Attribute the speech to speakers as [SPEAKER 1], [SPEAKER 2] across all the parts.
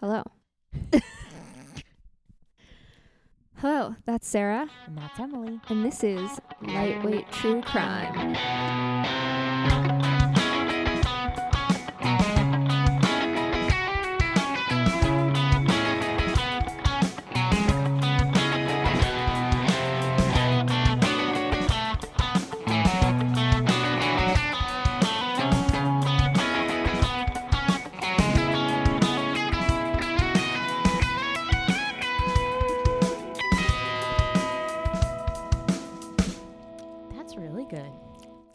[SPEAKER 1] Hello. Hello, that's Sarah,
[SPEAKER 2] And that's Emily.
[SPEAKER 1] and this is Lightweight True Crime.
[SPEAKER 2] That's really good.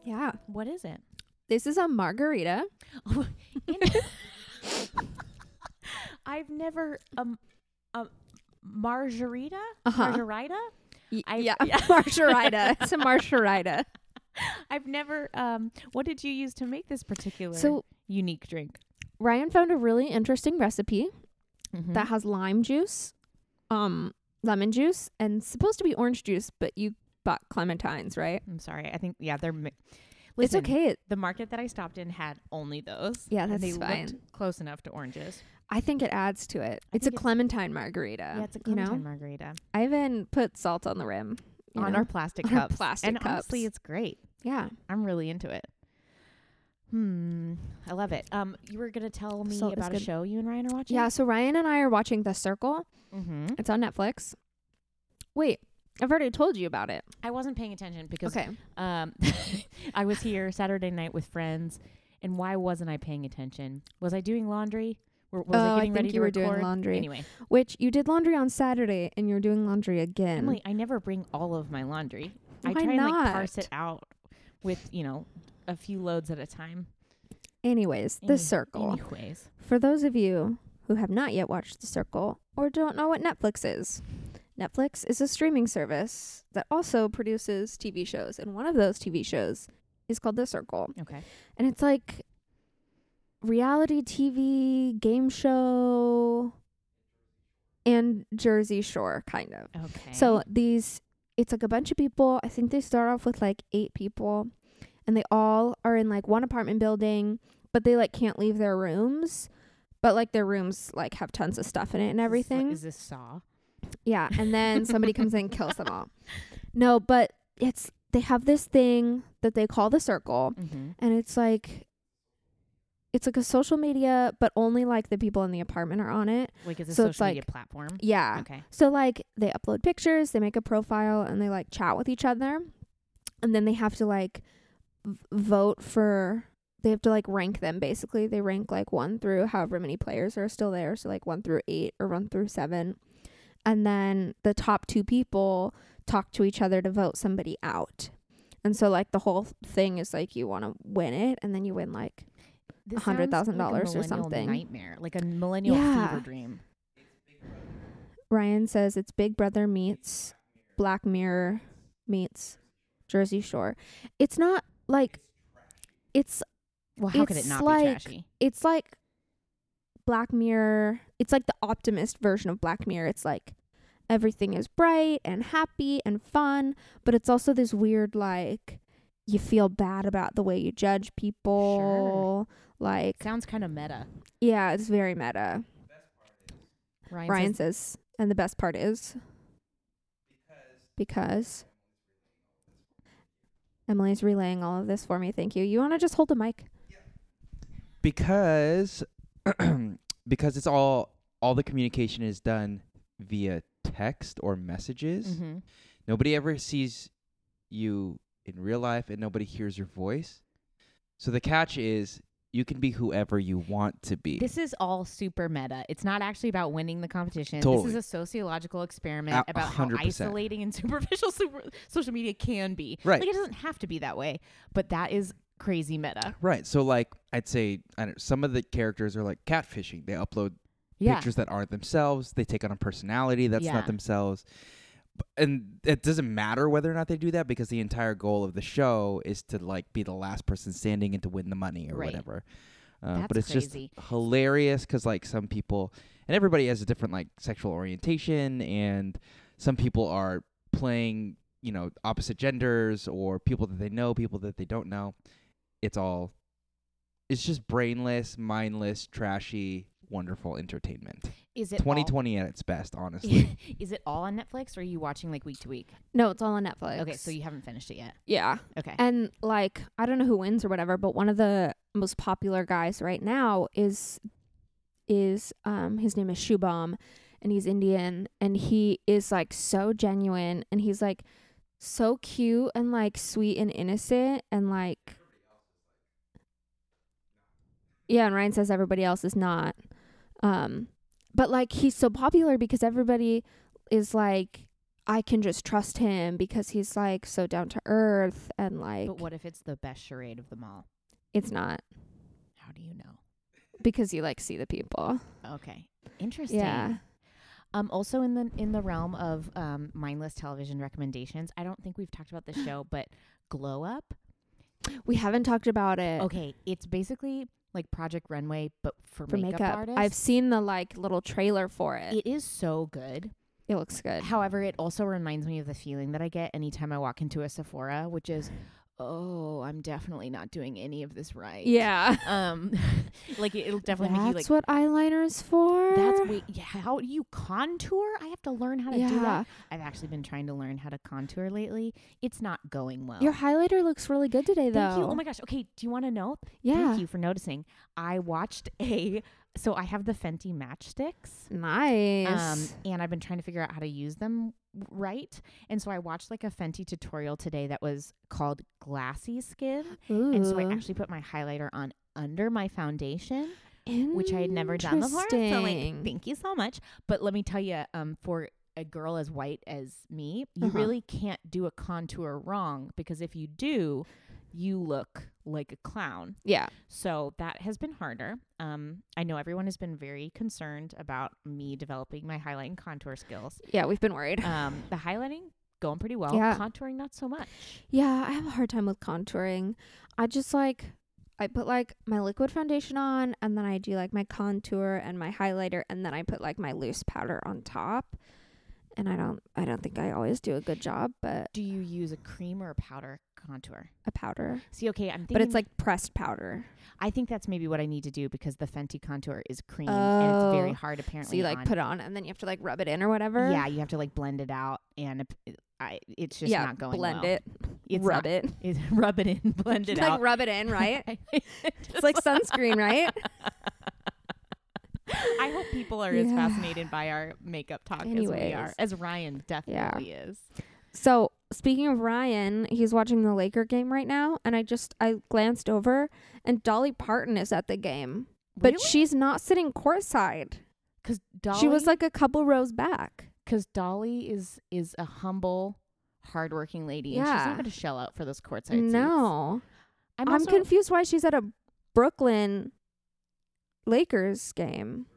[SPEAKER 1] Yeah.
[SPEAKER 2] What is it?
[SPEAKER 1] This is a margarita.
[SPEAKER 2] I've never um um margarita
[SPEAKER 1] Uh-huh.
[SPEAKER 2] margarita.
[SPEAKER 1] Y-
[SPEAKER 2] I-
[SPEAKER 1] yeah, margarita. It's a margarita.
[SPEAKER 2] I've never um. What did you use to make this particular
[SPEAKER 1] So
[SPEAKER 2] unique drink?
[SPEAKER 1] Ryan found a really interesting recipe that has lime juice, um, lemon juice, and supposed to be orange juice, but you bought clementines, right?
[SPEAKER 2] I'm sorry. I think yeah. They're mi- listen.
[SPEAKER 1] it's okay.
[SPEAKER 2] The market that I stopped in had only those.
[SPEAKER 1] Yeah,
[SPEAKER 2] and
[SPEAKER 1] that's
[SPEAKER 2] they
[SPEAKER 1] fine.
[SPEAKER 2] Looked close enough to oranges.
[SPEAKER 1] I think it adds to it.
[SPEAKER 2] I
[SPEAKER 1] It's a
[SPEAKER 2] think it's-
[SPEAKER 1] clementine margarita.
[SPEAKER 2] yeah, it's a
[SPEAKER 1] you
[SPEAKER 2] clementine
[SPEAKER 1] know,
[SPEAKER 2] margarita
[SPEAKER 1] I even put salt on the rim. you
[SPEAKER 2] on
[SPEAKER 1] know?
[SPEAKER 2] our plastic
[SPEAKER 1] On our
[SPEAKER 2] cups.
[SPEAKER 1] plastic
[SPEAKER 2] and honestly,
[SPEAKER 1] cups.
[SPEAKER 2] it's great.
[SPEAKER 1] yeah.
[SPEAKER 2] I'm really into it. Hmm, I love it. Um, you were gonna tell me
[SPEAKER 1] Salt is
[SPEAKER 2] about a
[SPEAKER 1] good.
[SPEAKER 2] show you and Ryan are watching.
[SPEAKER 1] Yeah, so Ryan and I are watching The Circle.
[SPEAKER 2] Mm-hmm.
[SPEAKER 1] It's on Netflix. Wait, I've already told you about it.
[SPEAKER 2] I wasn't paying attention because
[SPEAKER 1] Okay.
[SPEAKER 2] um, I was here Saturday night with friends, and why wasn't I paying attention? Was I doing laundry? Or was
[SPEAKER 1] Oh, I
[SPEAKER 2] I getting
[SPEAKER 1] think
[SPEAKER 2] ready
[SPEAKER 1] you
[SPEAKER 2] to
[SPEAKER 1] were
[SPEAKER 2] record?
[SPEAKER 1] doing laundry.
[SPEAKER 2] Anyway,
[SPEAKER 1] Which you did laundry on Saturday and you're doing laundry again.
[SPEAKER 2] Emily, I never bring all of my laundry. I
[SPEAKER 1] Why
[SPEAKER 2] try and like parse
[SPEAKER 1] not?
[SPEAKER 2] it out with you know a few loads at a time.
[SPEAKER 1] Anyways, The
[SPEAKER 2] Any-
[SPEAKER 1] Circle.
[SPEAKER 2] Anyways,
[SPEAKER 1] For those of you who have not yet watched The Circle or don't know what Netflix is, Netflix is a streaming service that also produces TV shows, and one of those TV shows is called The Circle.
[SPEAKER 2] okay.
[SPEAKER 1] And it's like reality TV, game show, and Jersey Shore, kind of.
[SPEAKER 2] Okay.
[SPEAKER 1] So these, it's like a bunch of people. I think they start off with like eight people, and they all are in like one apartment building, but they like can't leave their rooms. But like their rooms like have tons of stuff in it and
[SPEAKER 2] Is this-
[SPEAKER 1] everything.
[SPEAKER 2] is this Saw?
[SPEAKER 1] yeah, and then somebody comes in and kills them all. No, but it's they have this thing that they call the circle,
[SPEAKER 2] Mm-hmm.
[SPEAKER 1] and it's like. It's like a social media, but only like the people in the apartment are on it.
[SPEAKER 2] Like it's a
[SPEAKER 1] So
[SPEAKER 2] social
[SPEAKER 1] it's
[SPEAKER 2] media
[SPEAKER 1] like-
[SPEAKER 2] platform.
[SPEAKER 1] Yeah.
[SPEAKER 2] Okay.
[SPEAKER 1] So like they upload pictures, they make a profile, and they like chat with each other, and then they have to like v- vote for. They have to like rank them basically. They rank like one through however many players are still there, so like one through eight or one through seven, and then the top two people talk to each other to vote somebody out. And so like the whole thing is like you want to win it, and then you win like
[SPEAKER 2] This
[SPEAKER 1] $100,000
[SPEAKER 2] sounds like a
[SPEAKER 1] or
[SPEAKER 2] millennial
[SPEAKER 1] something.
[SPEAKER 2] Nightmare, like a millennial
[SPEAKER 1] Yeah.
[SPEAKER 2] fever dream.
[SPEAKER 1] Ryan says it's Big Brother meets Black Mirror meets Jersey Shore. It's not like it's
[SPEAKER 2] Well, how could it
[SPEAKER 1] It's
[SPEAKER 2] not be
[SPEAKER 1] like-
[SPEAKER 2] trashy?
[SPEAKER 1] it's like Black Mirror. It's like the optimist version of Black Mirror. It's like everything is bright and happy and fun, but it's also this weird like you feel bad about the way you judge people. Like
[SPEAKER 2] Sounds kind of meta.
[SPEAKER 1] yeah, it's very meta.
[SPEAKER 2] Ryan,
[SPEAKER 1] Ryan
[SPEAKER 2] says,
[SPEAKER 1] says, and the best part is because Emily's relaying all of this for me. Thank you. You want to just hold the mic?
[SPEAKER 3] because because it's all all the communication is done via text or messages
[SPEAKER 2] Mhm.
[SPEAKER 3] nobody ever sees you in real life and nobody hears your voice so the catch is you can be whoever you want to be
[SPEAKER 2] "This is all super meta. It's not actually about winning the competition. This
[SPEAKER 3] Totally.
[SPEAKER 2] is a sociological experiment
[SPEAKER 3] A- a
[SPEAKER 2] about how
[SPEAKER 3] hundred percent.
[SPEAKER 2] isolating and superficial super, social media can be.
[SPEAKER 3] Right.
[SPEAKER 2] Like it doesn't have to be that way, but that is crazy meta.
[SPEAKER 3] right so like i'd say I don't, some of the characters are like catfishing they upload
[SPEAKER 2] Yeah.
[SPEAKER 3] pictures that aren't themselves they take on a personality that's
[SPEAKER 2] Yeah.
[SPEAKER 3] not themselves B- and it doesn't matter whether or not they do that because the entire goal of the show is to like be the last person standing and to win the money or
[SPEAKER 2] Right.
[SPEAKER 3] whatever uh,
[SPEAKER 2] That's
[SPEAKER 3] but it's
[SPEAKER 2] crazy.
[SPEAKER 3] just hilarious because like some people and everybody has a different like sexual orientation and some people are playing you know opposite genders or people that they know people that they don't know it's all it's just brainless mindless trashy wonderful entertainment.
[SPEAKER 2] Is it all-
[SPEAKER 3] 2020 at its best, honestly.
[SPEAKER 2] is it all on Netflix or are you watching like week to week?
[SPEAKER 1] No, it's all on Netflix.
[SPEAKER 2] Okay, so you haven't finished it yet.
[SPEAKER 1] yeah.
[SPEAKER 2] Okay.
[SPEAKER 1] And like, I don't know who wins or whatever, but one of the most popular guys right now is is um his name is Shubham and he's Indian and he is like so genuine and he's like so cute and like sweet and innocent and like Yeah, and Ryan says everybody else is not. Um but like he's so popular because everybody is like I can just trust him because he's like so down to earth and like
[SPEAKER 2] but what if it's the best charade of them all?
[SPEAKER 1] it's not
[SPEAKER 2] How do you know?
[SPEAKER 1] because you like see the people.
[SPEAKER 2] Okay. Interesting.
[SPEAKER 1] Yeah.
[SPEAKER 2] Um also in the in the realm of um mindless television recommendations, I don't think we've talked about this show, but Glow Up
[SPEAKER 1] We haven't talked about it
[SPEAKER 2] Okay, it's basically like Project Runway, but for,
[SPEAKER 1] for
[SPEAKER 2] makeup,
[SPEAKER 1] makeup.
[SPEAKER 2] artists.
[SPEAKER 1] I've seen the like little trailer for it. It,
[SPEAKER 2] it is so good.
[SPEAKER 1] looks good.
[SPEAKER 2] However, it also reminds me of the feeling that I get anytime I walk into a Sephora, which is, oh, I'm definitely not doing any of this right.
[SPEAKER 1] yeah.
[SPEAKER 2] Um, like it, will definitely
[SPEAKER 1] That's
[SPEAKER 2] make you like.
[SPEAKER 1] what eyeliner is for.
[SPEAKER 2] That's wait, yeah, how do you contour? I have to learn how to do
[SPEAKER 1] Yeah.
[SPEAKER 2] that. I've actually been trying to learn how to contour lately. It's not going well.
[SPEAKER 1] Your highlighter looks really good today, though.
[SPEAKER 2] Thank you. Oh my gosh. Okay, do you want to know?
[SPEAKER 1] yeah.
[SPEAKER 2] Thank you for noticing. I watched a so I have the Fenty matchsticks. Um,
[SPEAKER 1] Nice.
[SPEAKER 2] and I've been trying to figure out how to use them w- right. And so I watched like a Fenty tutorial today that was called Glassy Skin.
[SPEAKER 1] Ooh.
[SPEAKER 2] Um, And so I actually put my highlighter on under my foundation, which I had never done before. So like,
[SPEAKER 1] Interesting.
[SPEAKER 2] thank you so much. But let me tell you, um, for a girl as white as me, you
[SPEAKER 1] Uh-huh.
[SPEAKER 2] really can't do a contour wrong because if you do, you look like a clown.
[SPEAKER 1] yeah.
[SPEAKER 2] So that has been harder. Um, I know everyone has been very concerned about me developing my highlight and contour skills.
[SPEAKER 1] Yeah. We've been worried.
[SPEAKER 2] Um, the highlighting going pretty well,
[SPEAKER 1] Yeah.
[SPEAKER 2] contouring not so much.
[SPEAKER 1] Yeah, I have a hard time with contouring. I just like I put like my liquid foundation on and then I do like my contour and my highlighter and then I put like my loose powder on top. And I don't I don't think I always do a good job, but
[SPEAKER 2] Do you use a cream or a powder contour?
[SPEAKER 1] a powder.
[SPEAKER 2] See, okay, I'm thinking,
[SPEAKER 1] But it's like pressed powder.
[SPEAKER 2] I think that's maybe what I need to do because the Fenty contour is cream and it's very
[SPEAKER 1] Oh.
[SPEAKER 2] hard
[SPEAKER 1] So
[SPEAKER 2] apparently.
[SPEAKER 1] you like
[SPEAKER 2] on-
[SPEAKER 1] put it on and then you have to like rub it in or whatever.
[SPEAKER 2] yeah, you have to like blend it out and ap- I, it's just
[SPEAKER 1] yeah,
[SPEAKER 2] not going
[SPEAKER 1] blend
[SPEAKER 2] well.
[SPEAKER 1] it,
[SPEAKER 2] It's
[SPEAKER 1] rub it,
[SPEAKER 2] it, rub it in, blend it
[SPEAKER 1] like
[SPEAKER 2] out.
[SPEAKER 1] rub it in, right? it's like sunscreen, right?
[SPEAKER 2] I hope people are as
[SPEAKER 1] Yeah.
[SPEAKER 2] fascinated by our makeup talk as we are,
[SPEAKER 1] Anyways.
[SPEAKER 2] as Ryan definitely is.
[SPEAKER 1] So speaking of Ryan, he's watching the Laker game right now, and I just I glanced over, and Dolly Parton is at the game, but she's not sitting courtside.
[SPEAKER 2] because Dolly,
[SPEAKER 1] She was like a couple rows back.
[SPEAKER 2] because Dolly is is a humble, hardworking lady, and she's
[SPEAKER 1] Yeah.
[SPEAKER 2] not going to shell out for those courtside seats.
[SPEAKER 1] No,
[SPEAKER 2] I'm,
[SPEAKER 1] I'm,
[SPEAKER 2] also,
[SPEAKER 1] confused why she's at a Brooklyn Lakers game.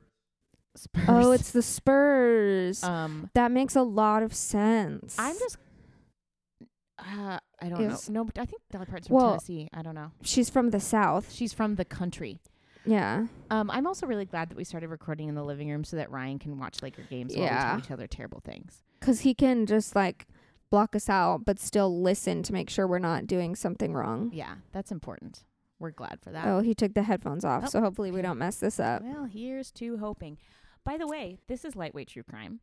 [SPEAKER 2] Spurs.
[SPEAKER 1] Oh, it's the Spurs.
[SPEAKER 2] um.
[SPEAKER 1] that makes a lot of sense.
[SPEAKER 2] I'm just. Uh, I don't
[SPEAKER 1] Is-
[SPEAKER 2] know. No, but I think Dolly Parton's from
[SPEAKER 1] Well-
[SPEAKER 2] Tennessee. I don't know.
[SPEAKER 1] She's from the South.
[SPEAKER 2] She's from the country.
[SPEAKER 1] Yeah.
[SPEAKER 2] Um, I'm also really glad that we started recording in the living room so that Ryan can watch Laker games while
[SPEAKER 1] Yeah.
[SPEAKER 2] we tell each other terrible things.
[SPEAKER 1] because he can just like block us out but still listen to make sure we're not doing something wrong
[SPEAKER 2] Yeah, that's important. We're glad for that.
[SPEAKER 1] oh he took the headphones off
[SPEAKER 2] Oh,
[SPEAKER 1] so hopefully we
[SPEAKER 2] okay.
[SPEAKER 1] don't mess this up
[SPEAKER 2] Well, here's to hoping. By the way, this is lightweight true crime.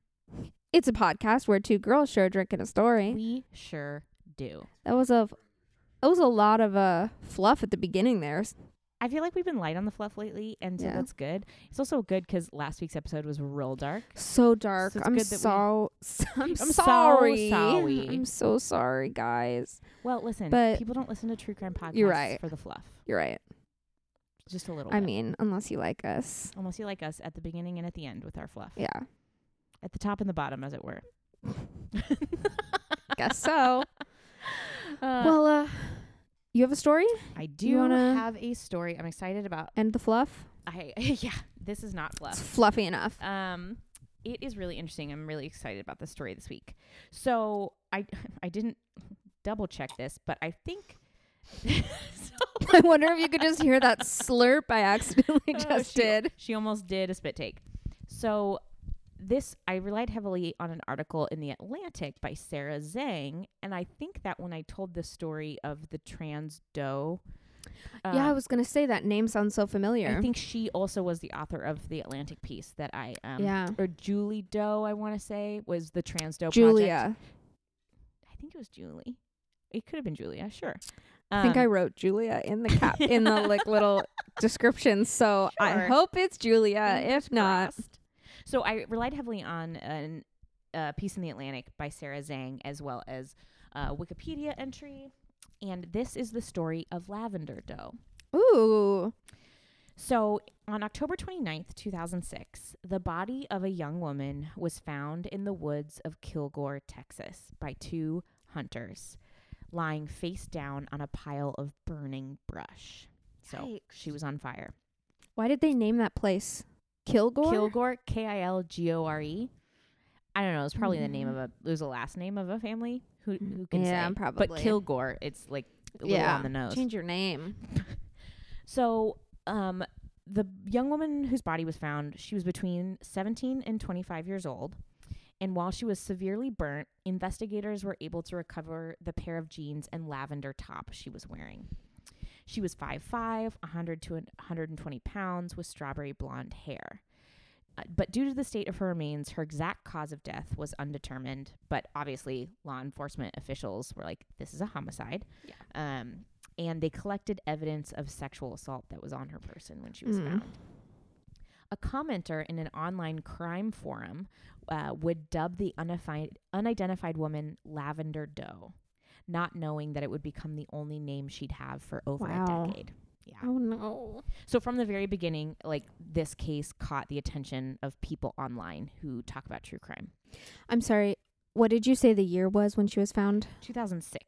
[SPEAKER 1] it's a podcast where two girls share a drink and a story
[SPEAKER 2] We sure do.
[SPEAKER 1] that was a that was a lot of uh fluff at the beginning there S-
[SPEAKER 2] I feel like we've been light on the fluff lately, and so
[SPEAKER 1] Yeah.
[SPEAKER 2] that's good. It's also good because last week's episode was real dark.
[SPEAKER 1] so dark
[SPEAKER 2] So it's
[SPEAKER 1] i'm
[SPEAKER 2] good that we-
[SPEAKER 1] so i'm,
[SPEAKER 2] so
[SPEAKER 1] sorry
[SPEAKER 2] sorry.
[SPEAKER 1] i'm so sorry guys
[SPEAKER 2] Well, listen,
[SPEAKER 1] But-
[SPEAKER 2] people don't listen to true crime podcasts
[SPEAKER 1] You're right.
[SPEAKER 2] for the fluff.
[SPEAKER 1] you're right
[SPEAKER 2] Just a little.
[SPEAKER 1] i
[SPEAKER 2] bit.
[SPEAKER 1] mean unless you like us
[SPEAKER 2] unless you like us at the beginning and at the end with our fluff,
[SPEAKER 1] yeah
[SPEAKER 2] at the top and the bottom, as it were.
[SPEAKER 1] guess so
[SPEAKER 2] Uh,
[SPEAKER 1] well uh you have a story
[SPEAKER 2] I do
[SPEAKER 1] wanna-
[SPEAKER 2] have a story. I'm excited about.
[SPEAKER 1] and the fluff
[SPEAKER 2] I yeah, this is not fluff.
[SPEAKER 1] it's fluffy enough
[SPEAKER 2] Um, it is really interesting. I'm really excited about the story this week. So I I didn't double check this, but I think. so,
[SPEAKER 1] I wonder if you could just hear that slurp I accidentally
[SPEAKER 2] Oh,
[SPEAKER 1] just
[SPEAKER 2] she-
[SPEAKER 1] did.
[SPEAKER 2] She almost did a spit take. So this I relied heavily on an article in the Atlantic by Sarah Zhang, and I think that when I told the story of the trans doe
[SPEAKER 1] yeah, I
[SPEAKER 2] Um,
[SPEAKER 1] was gonna say that name sounds so familiar.
[SPEAKER 2] I think she also was the author of the Atlantic piece that I um
[SPEAKER 1] yeah,
[SPEAKER 2] or Julie Doe, I want to say, was the Trans Doe Project.
[SPEAKER 1] Julia.
[SPEAKER 2] I think it was Julie. It could have been Julia, sure.
[SPEAKER 1] I think I
[SPEAKER 2] Um,
[SPEAKER 1] wrote Julia in the cap in the like little description. So I
[SPEAKER 2] Sure.
[SPEAKER 1] hope it's Julia.
[SPEAKER 2] fingers
[SPEAKER 1] Uh, If not,
[SPEAKER 2] crossed. So I relied heavily on an, a piece in the Atlantic by Sarah Zhang, as well as a Wikipedia entry, and this is the story of Lavender Doe.
[SPEAKER 1] ooh,
[SPEAKER 2] So on October 29th, 2006, the body of a young woman was found in the woods of Kilgore, Texas, by two hunters, lying face down on a pile of burning brush. So she was on fire.
[SPEAKER 1] why did they name that place Kilgore?
[SPEAKER 2] Kilgore, K I L G O R E. I don't know. It's probably the name of a. It was the last name of a family. Who who can
[SPEAKER 1] Mm. Yeah,
[SPEAKER 2] say? But
[SPEAKER 1] probably.
[SPEAKER 2] Kilgore, it's like a little
[SPEAKER 1] Yeah.
[SPEAKER 2] on the nose.
[SPEAKER 1] Change your name.
[SPEAKER 2] So, um, the young woman whose body was found, she was between 17 and 25 years old. And while she was severely burnt, investigators were able to recover the pair of jeans and lavender top she was wearing. She was 5'5, 100 to 120 pounds, with strawberry blonde hair. Uh, but due to the state of her remains, her exact cause of death was undetermined. But obviously, law enforcement officials were like, this is a homicide. Yeah. Um, and they collected evidence of sexual assault that was on her person when she was
[SPEAKER 1] Mm.
[SPEAKER 2] found. A commenter in an online crime forum uh, would dub the unified, unidentified woman Lavender Doe, not knowing that it would become the only name she'd have for over
[SPEAKER 1] Wow.
[SPEAKER 2] a decade. Yeah.
[SPEAKER 1] Oh no.
[SPEAKER 2] So from the very beginning, like this case caught the attention of people online who talk about true crime.
[SPEAKER 1] I'm sorry. What did you say the year was when she was found?
[SPEAKER 2] 2006.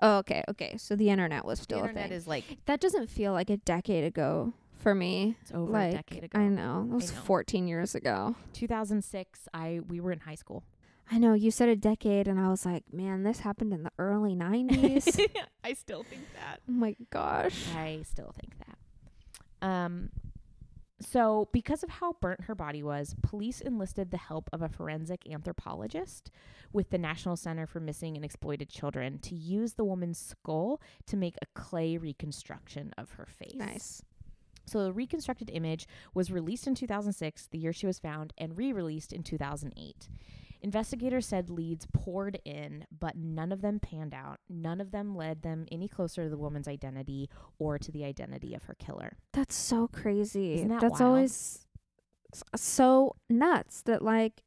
[SPEAKER 1] Oh, okay, okay. So the internet was still
[SPEAKER 2] the
[SPEAKER 1] a
[SPEAKER 2] internet
[SPEAKER 1] thing.
[SPEAKER 2] is like
[SPEAKER 1] that doesn't feel like a decade ago for me.
[SPEAKER 2] it's over
[SPEAKER 1] like
[SPEAKER 2] a decade ago.
[SPEAKER 1] I know that was
[SPEAKER 2] know.
[SPEAKER 1] 14 years ago.
[SPEAKER 2] 2006. I we were in high school.
[SPEAKER 1] I know you said a decade, and I was like, man, this happened in the early 90s.
[SPEAKER 2] I still think that.
[SPEAKER 1] oh my gosh.
[SPEAKER 2] I still think that. Um, so, because of how burnt her body was, police enlisted the help of a forensic anthropologist with the National Center for Missing and Exploited Children to use the woman's skull to make a clay reconstruction of her face.
[SPEAKER 1] Nice.
[SPEAKER 2] So, the reconstructed image was released in 2006, the year she was found, and re released in 2008. Investigators said leads poured in, but none of them panned out. None of them led them any closer to the woman's identity or to the identity of her killer.
[SPEAKER 1] That's so crazy.
[SPEAKER 2] Isn't that
[SPEAKER 1] That's
[SPEAKER 2] wild?
[SPEAKER 1] always s- uh, so nuts that, like,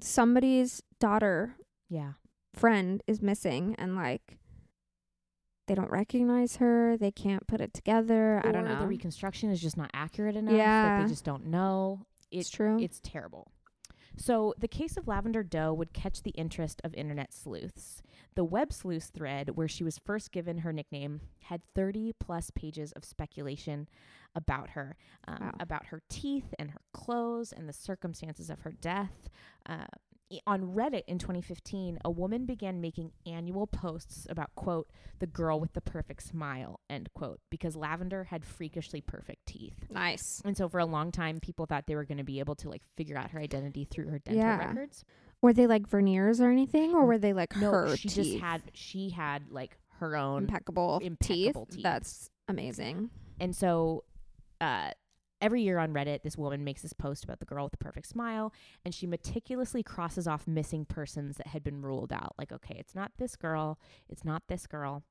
[SPEAKER 1] somebody's daughter
[SPEAKER 2] Yeah.
[SPEAKER 1] friend is missing, and, like, they don't recognize her. They can't put it together. I don't
[SPEAKER 2] Or
[SPEAKER 1] know.
[SPEAKER 2] The reconstruction is just not accurate enough. Like
[SPEAKER 1] Yeah.
[SPEAKER 2] they just don't know.
[SPEAKER 1] it's
[SPEAKER 2] It,
[SPEAKER 1] true.
[SPEAKER 2] It's terrible. So, the case of Lavender Doe would catch the interest of internet sleuths. The web sleuth thread, where she was first given her nickname, had 30 plus pages of speculation about her, um,
[SPEAKER 1] Wow.
[SPEAKER 2] about her teeth and her clothes and the circumstances of her death. Uh, i- on Reddit in 2015, a woman began making annual posts about, quote, the girl with the perfect smile, end quote, because Lavender had freakishly perfect teeth.
[SPEAKER 1] nice.
[SPEAKER 2] And so for a long time, people thought they were going to be able to like figure out her identity through her dental
[SPEAKER 1] Yeah.
[SPEAKER 2] records.
[SPEAKER 1] Were they, like, veneers or anything, or were they, like,
[SPEAKER 2] No,
[SPEAKER 1] her
[SPEAKER 2] she
[SPEAKER 1] teeth?
[SPEAKER 2] just had she had like her own,
[SPEAKER 1] impeccable,
[SPEAKER 2] impeccable
[SPEAKER 1] teeth.
[SPEAKER 2] teeth.
[SPEAKER 1] That's amazing.
[SPEAKER 2] and so uh, every year on Reddit, this woman makes this post about the girl with the perfect smile, and she meticulously crosses off missing persons that had been ruled out. Like, okay, it's not this girl, it's not this girl.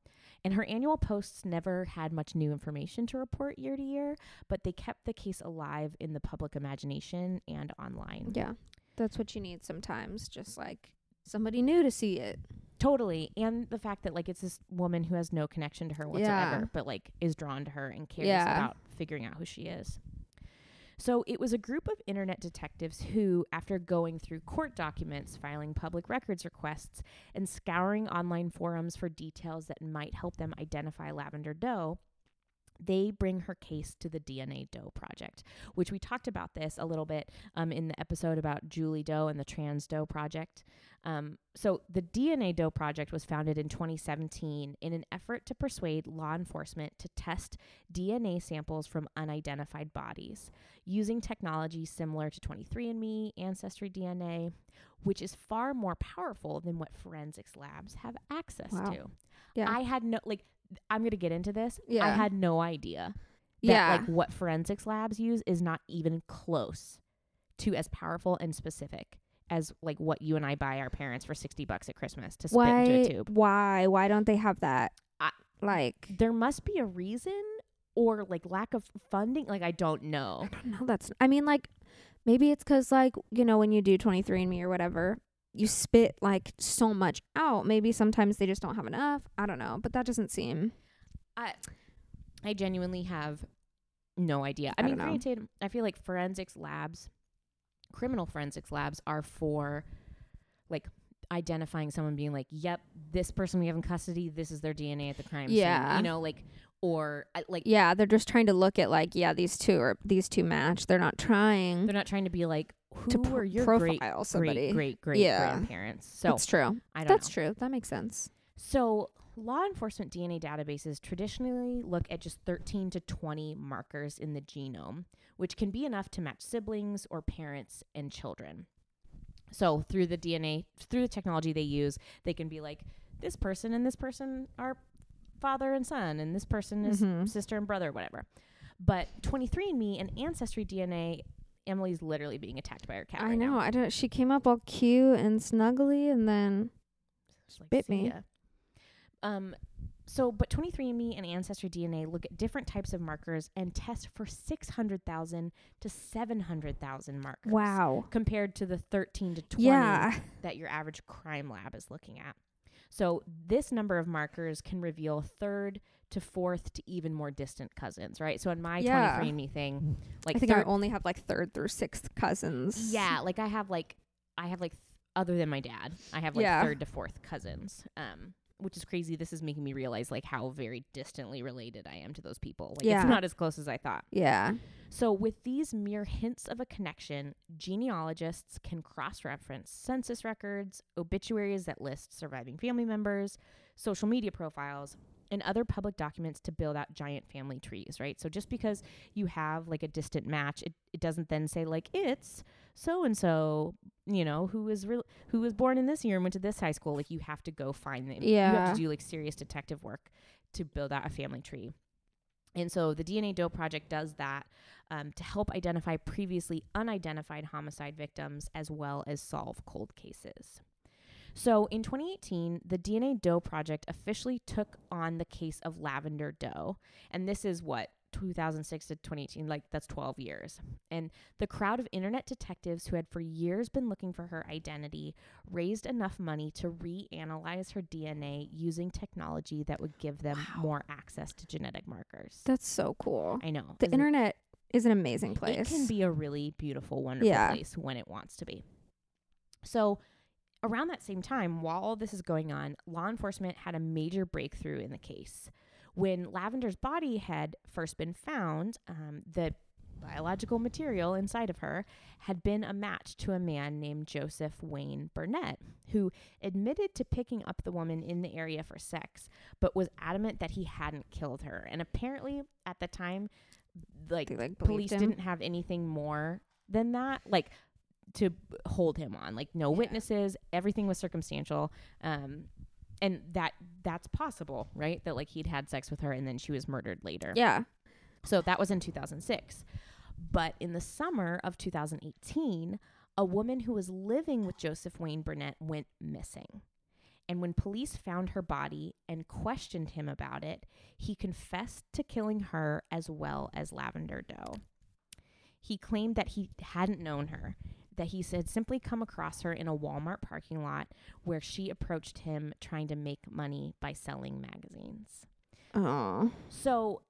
[SPEAKER 2] And her annual posts never had much new information to report year to year, but they kept the case alive in the public imagination and online.
[SPEAKER 1] Yeah. That's what you need sometimes, just like somebody new to see it.
[SPEAKER 2] Totally. And the fact that like it's this woman who has no connection to her whatsoever,
[SPEAKER 1] Yeah.
[SPEAKER 2] but like is drawn to her and cares
[SPEAKER 1] Yeah.
[SPEAKER 2] about figuring out who she is. So it was a group of internet detectives who, after going through court documents, filing public records requests, and scouring online forums for details that might help them identify Lavender Doe, they bring her case to the DNA Doe Project, which we talked about this a little bit um, in the episode about Julie Doe and the Trans Doe Project. Um, so, the DNA Doe Project was founded in 2017 in an effort to persuade law enforcement to test DNA samples from unidentified bodies using technology similar to 23andMe, Ancestry DNA, which is far more powerful than what forensics labs have access
[SPEAKER 1] Wow.
[SPEAKER 2] to.
[SPEAKER 1] Yeah.
[SPEAKER 2] I had no, like, I'm going to get into this. I
[SPEAKER 1] Yeah.
[SPEAKER 2] had no idea that
[SPEAKER 1] yeah.
[SPEAKER 2] like what forensics labs use is not even close to as powerful and specific as like what you and I buy our parents for 60 bucks at Christmas to spit
[SPEAKER 1] why?
[SPEAKER 2] into a tube.
[SPEAKER 1] Why? Why don't they have that?
[SPEAKER 2] I-
[SPEAKER 1] like,
[SPEAKER 2] There must be a reason or like lack of funding, like I don't know.
[SPEAKER 1] I don't know. That's. I mean, like, maybe it's because, like, you know, when you do 23andMe or whatever, you spit like so much out. Maybe sometimes they just don't have enough. I don't know, but that doesn't seem.
[SPEAKER 2] I I genuinely have no idea. I,
[SPEAKER 1] I
[SPEAKER 2] mean,
[SPEAKER 1] don't know.
[SPEAKER 2] granted, I feel like forensics labs, criminal forensics labs, are for like identifying someone, being like, "Yep, this person we have in custody. This is their DNA at the crime scene."
[SPEAKER 1] Yeah.
[SPEAKER 2] You know, like or uh, like
[SPEAKER 1] Yeah, they're just trying to look at like, yeah, these two are these two match. They're not trying
[SPEAKER 2] they're not trying to be like, "Who
[SPEAKER 1] Mm-hmm. to pro-
[SPEAKER 2] were your
[SPEAKER 1] profile
[SPEAKER 2] great,
[SPEAKER 1] somebody.
[SPEAKER 2] great, great, great
[SPEAKER 1] Yeah.
[SPEAKER 2] grandparents?" So
[SPEAKER 1] That's true.
[SPEAKER 2] I don't.
[SPEAKER 1] That's
[SPEAKER 2] know.
[SPEAKER 1] true. That makes sense.
[SPEAKER 2] So, law enforcement DNA databases traditionally look at just 13 to 20 markers in the genome, which can be enough to match siblings or parents and children. So, through the DNA, through the technology they use, they can be like, this person and this person are father and son, and this person is
[SPEAKER 1] Mhm.
[SPEAKER 2] sister and brother, whatever. But 23andMe and Ancestry DNA, Emily's literally being attacked by her cat.
[SPEAKER 1] I
[SPEAKER 2] right
[SPEAKER 1] know.
[SPEAKER 2] Now.
[SPEAKER 1] I don't. She came up all cute and snuggly, and then
[SPEAKER 2] It's like,
[SPEAKER 1] Bit
[SPEAKER 2] see
[SPEAKER 1] me.
[SPEAKER 2] ya. Um, so, but 23andMe and Ancestry DNA look at different types of markers and test for 600,000 to 700,000 markers.
[SPEAKER 1] wow.
[SPEAKER 2] Compared to the 13 to 20
[SPEAKER 1] Yeah.
[SPEAKER 2] that your average crime lab is looking at. So, this number of markers can reveal third to fourth to even more distant cousins, right? So, in my
[SPEAKER 1] Yeah.
[SPEAKER 2] 23andMe thing, like
[SPEAKER 1] I think I
[SPEAKER 2] third-
[SPEAKER 1] only have like third through sixth cousins.
[SPEAKER 2] yeah, like I have like I have like th- other than my dad, I have like
[SPEAKER 1] Yeah.
[SPEAKER 2] third to fourth cousins. Um which is crazy. This is making me realize like how very distantly related I am to those people. Like
[SPEAKER 1] Yeah.
[SPEAKER 2] it's not as close as I thought.
[SPEAKER 1] Yeah.
[SPEAKER 2] So with these mere hints of a connection, genealogists can cross-reference census records, obituaries that list surviving family members, social media profiles, and other public documents to build out giant family trees, right? So just because you have like a distant match, it, it doesn't then say like it's so and so, you know, who is real who was born in this year and went to this high school. Like you have to go find them. You have
[SPEAKER 1] Yeah.
[SPEAKER 2] to do like serious detective work to build out a family tree. And so the DNA Doe Project does that um, to help identify previously unidentified homicide victims as well as solve cold cases. So in 2018, the DNA Doe Project officially took on the case of Lavender Doe. And this is what, 2006 to 2018, like that's 12 years. And the crowd of internet detectives who had for years been looking for her identity raised enough money to reanalyze her DNA using technology that would give them
[SPEAKER 1] Wow.
[SPEAKER 2] more access to genetic markers.
[SPEAKER 1] That's so cool.
[SPEAKER 2] I know.
[SPEAKER 1] The
[SPEAKER 2] isn't it
[SPEAKER 1] internet is an amazing place.
[SPEAKER 2] it can be a really beautiful, wonderful
[SPEAKER 1] Yeah.
[SPEAKER 2] place when it wants to be. So, around that same time, while all this is going on, law enforcement had a major breakthrough in the case. When Lavender's body had first been found, um, the biological material inside of her had been a match to a man named Joseph Wayne Burnett, who admitted to picking up the woman in the area for sex, but was adamant that he hadn't killed her. And apparently, at the time, like
[SPEAKER 1] They, like,
[SPEAKER 2] police
[SPEAKER 1] believed him.
[SPEAKER 2] didn't have anything more than that like to b- hold him on like no
[SPEAKER 1] Yeah.
[SPEAKER 2] witnesses everything was circumstantial um and that that's possible right that like he'd had sex with her and then she was murdered later
[SPEAKER 1] Yeah.
[SPEAKER 2] so that was in 2006 but in the summer of 2018 a woman who was living with Joseph Wayne Burnett went missing and when police found her body and questioned him about it, he confessed to killing her as well as Lavender Doe. He claimed that he hadn't known her, that he had simply come across her in a Walmart parking lot where she approached him trying to make money by selling magazines.
[SPEAKER 1] Oh.
[SPEAKER 2] So,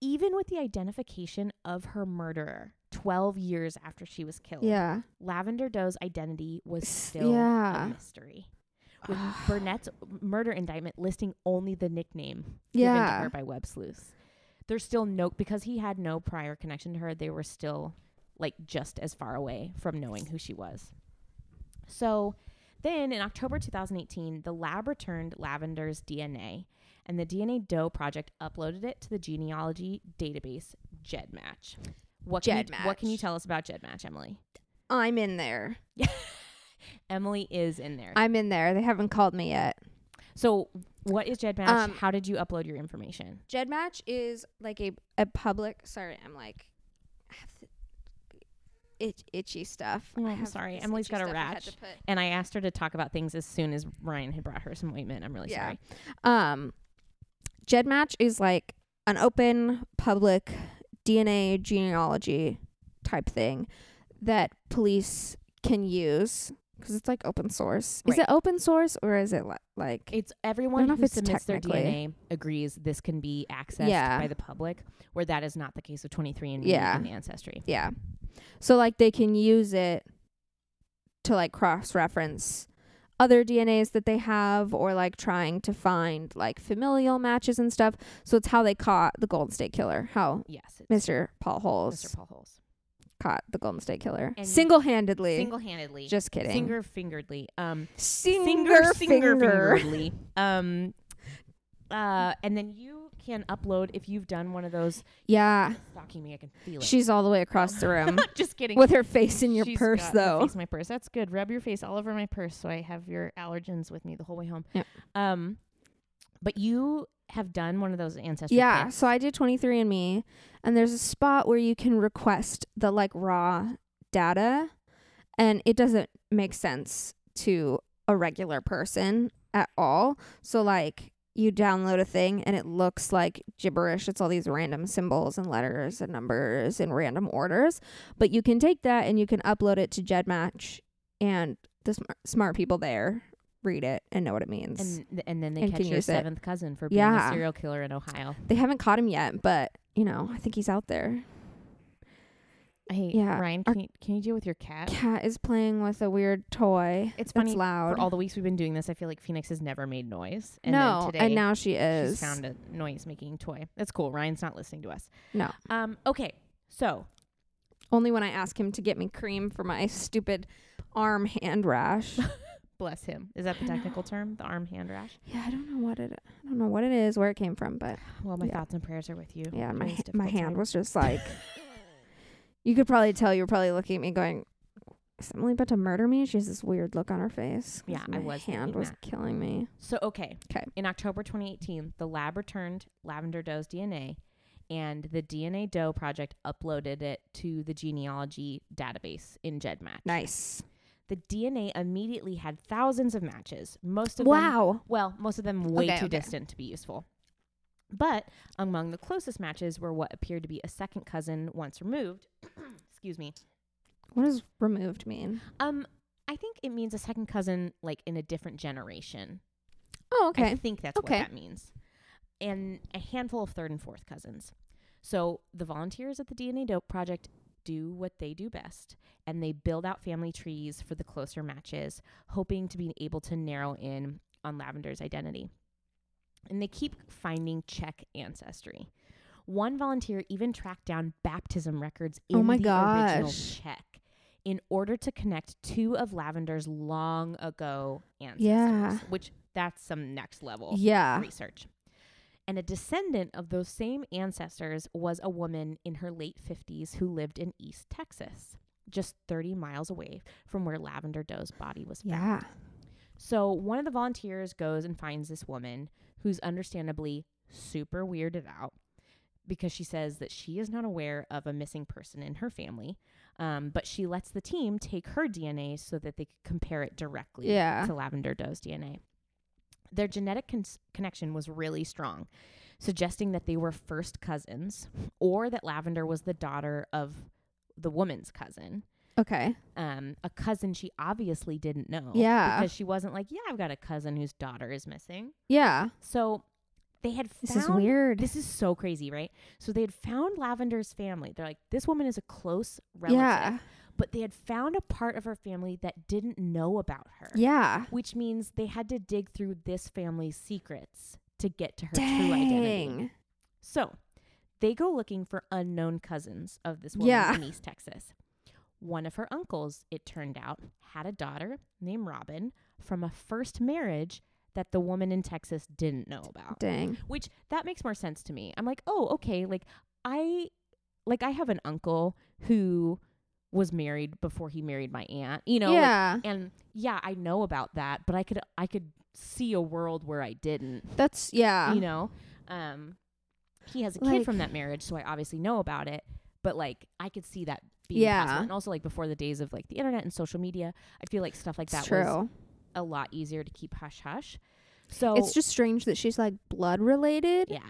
[SPEAKER 2] even with the identification of her murderer 12 years after she was killed,
[SPEAKER 1] Yeah.
[SPEAKER 2] Lavender Doe's identity was
[SPEAKER 1] S-
[SPEAKER 2] still a
[SPEAKER 1] yeah. Ah.
[SPEAKER 2] mystery with Burnett's murder indictment listing only the nickname given to
[SPEAKER 1] Yeah.
[SPEAKER 2] her by web sleuths. There's still no because he had no prior connection to her. They were still like just as far away from knowing who she was. So then in October 2018, the lab returned Lavender's DNA and the DNA Doe project uploaded it to the genealogy database GEDmatch. What can you, What can you
[SPEAKER 1] GEDmatch.
[SPEAKER 2] tell us about GEDmatch, Emily?
[SPEAKER 1] I'm in there.
[SPEAKER 2] Emily is in there.
[SPEAKER 1] I'm in there. They haven't called me yet.
[SPEAKER 2] So, what is GEDmatch?
[SPEAKER 1] Um,
[SPEAKER 2] How did you upload your information?
[SPEAKER 1] GEDmatch is like a a public. Sorry, I'm like. I have th- Itch, itchy stuff.
[SPEAKER 2] Oh,
[SPEAKER 1] I
[SPEAKER 2] I'm
[SPEAKER 1] have
[SPEAKER 2] sorry.
[SPEAKER 1] this
[SPEAKER 2] Emily's
[SPEAKER 1] itchy
[SPEAKER 2] got a
[SPEAKER 1] stuff I had to
[SPEAKER 2] rash.
[SPEAKER 1] put-
[SPEAKER 2] And I asked her to talk about things as soon as Ryan had brought her some ointment. I'm really
[SPEAKER 1] Yeah.
[SPEAKER 2] sorry.
[SPEAKER 1] Um, GEDmatch is like an open public DNA genealogy type thing that police can use because it's like open source. Is
[SPEAKER 2] Right.
[SPEAKER 1] it open source or is it li- like
[SPEAKER 2] It's everyone
[SPEAKER 1] know
[SPEAKER 2] who
[SPEAKER 1] if it's
[SPEAKER 2] submits their
[SPEAKER 1] technically-
[SPEAKER 2] DNA agrees this can be accessed
[SPEAKER 1] Yeah.
[SPEAKER 2] by the public, where that is not the case with 23andMe
[SPEAKER 1] Yeah.
[SPEAKER 2] and Ancestry.
[SPEAKER 1] yeah? So like they can use it to like cross reference other DNAs that they have or like trying to find like familial matches and stuff. So it's how they caught the Golden State Killer, how
[SPEAKER 2] Yes, it's
[SPEAKER 1] Mr. Paul Holes
[SPEAKER 2] Mr. Paul Holes.
[SPEAKER 1] caught the Golden State Killer
[SPEAKER 2] And-
[SPEAKER 1] single handedly.
[SPEAKER 2] Single-handedly.
[SPEAKER 1] Just kidding.
[SPEAKER 2] Finger fingeredly. Um,
[SPEAKER 1] Singer,
[SPEAKER 2] finger
[SPEAKER 1] finger.
[SPEAKER 2] fingeredly. Um, uh, and then you can upload if you've done one of those.
[SPEAKER 1] Yeah.
[SPEAKER 2] Stalking me, I can feel it.
[SPEAKER 1] She's all the way across the room
[SPEAKER 2] just kidding.
[SPEAKER 1] with her face in your
[SPEAKER 2] She's
[SPEAKER 1] purse,
[SPEAKER 2] got her
[SPEAKER 1] though.
[SPEAKER 2] face in my purse. That's good. Rub your face all over my purse so I have your allergens with me the whole way home.
[SPEAKER 1] Yep.
[SPEAKER 2] Um, but you have done one of those ancestry.
[SPEAKER 1] Yeah.
[SPEAKER 2] kits.
[SPEAKER 1] So I did 23andMe, and there's a spot where you can request the like raw data, and it doesn't make sense to a regular person at all. So, like, you download a thing and it looks like gibberish. It's all these random symbols and letters and numbers in random orders. But you can take that and you can upload it to GEDmatch, and the sm- smart people there read it and know what it means.
[SPEAKER 2] And th- and then they
[SPEAKER 1] And
[SPEAKER 2] catch
[SPEAKER 1] can
[SPEAKER 2] your
[SPEAKER 1] use it.
[SPEAKER 2] seventh cousin for being a
[SPEAKER 1] Yeah.
[SPEAKER 2] serial killer in Ohio.
[SPEAKER 1] they haven't caught him yet, but you know, I think he's out there.
[SPEAKER 2] Hey,
[SPEAKER 1] Yeah,
[SPEAKER 2] Ryan,
[SPEAKER 1] our-
[SPEAKER 2] can you, can you deal with your cat?
[SPEAKER 1] Cat is playing with a weird toy.
[SPEAKER 2] It's
[SPEAKER 1] That's
[SPEAKER 2] funny.
[SPEAKER 1] loud.
[SPEAKER 2] For all the weeks we've been doing this, I feel like Phoenix has never made noise. And
[SPEAKER 1] no,
[SPEAKER 2] then today
[SPEAKER 1] and now she is.
[SPEAKER 2] she's found a noise-making toy. That's cool. Ryan's not listening to us.
[SPEAKER 1] No.
[SPEAKER 2] Um. Okay. So
[SPEAKER 1] Only when I ask him to get me cream for my stupid arm hand rash.
[SPEAKER 2] bless him. Is that the
[SPEAKER 1] I know.
[SPEAKER 2] technical term? The arm hand rash.
[SPEAKER 1] yeah, I don't know what it. I don't know what it is, where it came from, but
[SPEAKER 2] Well, my
[SPEAKER 1] Yeah.
[SPEAKER 2] thoughts and prayers are with you.
[SPEAKER 1] yeah, and my
[SPEAKER 2] during this
[SPEAKER 1] ha- my
[SPEAKER 2] difficult
[SPEAKER 1] hand
[SPEAKER 2] time.
[SPEAKER 1] was just like. you could probably tell you were probably looking at me going. Is Emily about to murder me? She has this weird look on her face. 'cause
[SPEAKER 2] Yeah,
[SPEAKER 1] my
[SPEAKER 2] I was
[SPEAKER 1] hand
[SPEAKER 2] thinking
[SPEAKER 1] was
[SPEAKER 2] that.
[SPEAKER 1] killing me.
[SPEAKER 2] So okay.
[SPEAKER 1] 'Kay.
[SPEAKER 2] In October 2018, the lab returned Lavender Doe's DNA, and the DNA Doe project uploaded it to the genealogy database in GEDmatch.
[SPEAKER 1] Nice.
[SPEAKER 2] The DNA immediately had thousands of matches. Most of them,
[SPEAKER 1] Wow.
[SPEAKER 2] well, most of them way
[SPEAKER 1] Okay,
[SPEAKER 2] too
[SPEAKER 1] okay.
[SPEAKER 2] distant to be useful. But among the closest matches were what appeared to be a second cousin once removed. excuse me.
[SPEAKER 1] What does removed mean?
[SPEAKER 2] Um, I think it means a second cousin, like in a different generation.
[SPEAKER 1] Oh,
[SPEAKER 2] I
[SPEAKER 1] okay.
[SPEAKER 2] think that's
[SPEAKER 1] Okay.
[SPEAKER 2] what that means. And a handful of third and fourth cousins. So the volunteers at the DNA Dope Project do what they do best and they build out family trees for the closer matches, hoping to be able to narrow in on Lavender's identity. And they keep finding Czech ancestry. One volunteer even tracked down baptism records in
[SPEAKER 1] Oh my
[SPEAKER 2] the original
[SPEAKER 1] gosh.
[SPEAKER 2] Czech in order to connect two of Lavender's long ago ancestors,
[SPEAKER 1] Yeah.
[SPEAKER 2] which that's some next level
[SPEAKER 1] Yeah.
[SPEAKER 2] research. And a descendant of those same ancestors was a woman in her late 50s who lived in East Texas, just 30 miles away from where Lavender Doe's body was found.
[SPEAKER 1] Yeah.
[SPEAKER 2] So one of the volunteers goes and finds this woman who's understandably super weirded out because she says that she is not aware of a missing person in her family, um, but she lets the team take her DNA so that they could compare it directly
[SPEAKER 1] Yeah.
[SPEAKER 2] to Lavender Doe's DNA. Their genetic con- connection was really strong, suggesting that they were first cousins or that Lavender was the daughter of the woman's cousin,
[SPEAKER 1] Okay.
[SPEAKER 2] um, a cousin she obviously didn't know.
[SPEAKER 1] Yeah.
[SPEAKER 2] Because she wasn't like, yeah, I've got a cousin whose daughter is missing.
[SPEAKER 1] Yeah.
[SPEAKER 2] So they had found.
[SPEAKER 1] This is weird.
[SPEAKER 2] This is so crazy, right? So they had found Lavender's family. They're like, this woman is a close relative.
[SPEAKER 1] Yeah.
[SPEAKER 2] But they had found a part of her family that didn't know about her
[SPEAKER 1] Yeah.
[SPEAKER 2] which means they had to dig through this family's secrets to get to her true identity.
[SPEAKER 1] Dang.
[SPEAKER 2] So they go looking for unknown cousins of this woman
[SPEAKER 1] Yeah.
[SPEAKER 2] in East Texas. One of her uncles, it turned out, had a daughter named Robin from a first marriage that the woman in Texas didn't know about.
[SPEAKER 1] Dang.
[SPEAKER 2] Which that makes more sense to me. I'm like, oh, okay. Like I, like I have an uncle who was married before he married my aunt. You know, like,
[SPEAKER 1] yeah.
[SPEAKER 2] and yeah i know about that but i could i could see a world where I didn't.
[SPEAKER 1] That's yeah.
[SPEAKER 2] You know, um, he has a kid
[SPEAKER 1] Like-
[SPEAKER 2] from that marriage, so I obviously know about it. But like, I could see that being
[SPEAKER 1] Yeah.
[SPEAKER 2] possible. and also like before the days of like the internet and social media, I feel like stuff like
[SPEAKER 1] it's
[SPEAKER 2] that was
[SPEAKER 1] true.
[SPEAKER 2] a lot easier to keep hush hush. So
[SPEAKER 1] It's just strange that she's like blood related.
[SPEAKER 2] yeah,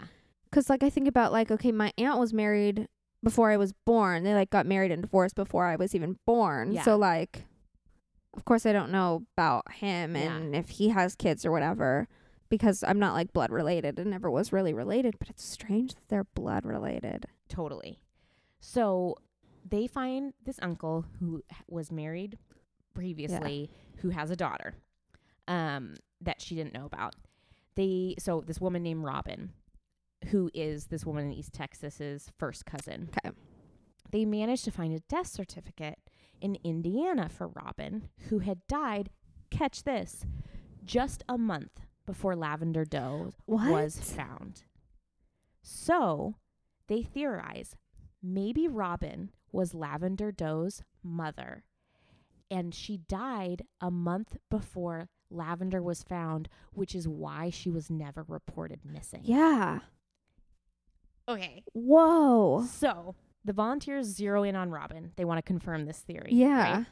[SPEAKER 1] Cause like I think about like okay, my aunt was married before I was born. They like got married and divorced before I was even born.
[SPEAKER 2] Yeah.
[SPEAKER 1] So like, of course I don't know about him
[SPEAKER 2] Yeah.
[SPEAKER 1] and if he has kids or whatever because I'm not like blood related and never was really related. But it's strange that they're blood related.
[SPEAKER 2] totally. So they find this uncle who h- was married previously, who has a daughter, um, that she didn't know about. They so this woman named Robin, who is this woman in East Texas's first cousin.
[SPEAKER 1] 'Kay.
[SPEAKER 2] They managed to find a death certificate in Indiana for Robin, who had died. Catch this, just a month before Lavender Doe
[SPEAKER 1] What?
[SPEAKER 2] was found. So they theorize maybe Robin was Lavender Doe's mother and she died a month before Lavender was found, which is why she was never reported missing.
[SPEAKER 1] yeah.
[SPEAKER 2] Okay.
[SPEAKER 1] Whoa.
[SPEAKER 2] So the volunteers zero in on Robin. They want to confirm this theory.
[SPEAKER 1] Yeah.
[SPEAKER 2] right?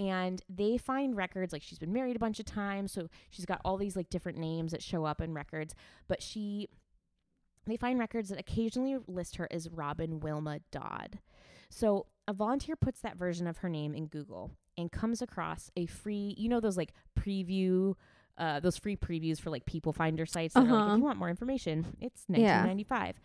[SPEAKER 2] and they find records like she's been married a bunch of times so she's got all these like different names that show up in records but she they find records that occasionally list her as robin wilma dodd so a volunteer puts that version of her name in google and comes across a free you know those like preview uh, those free previews for like people finder sites that are like,
[SPEAKER 1] Uh-huh.
[SPEAKER 2] if you want more information it's
[SPEAKER 1] Yeah.
[SPEAKER 2] 1995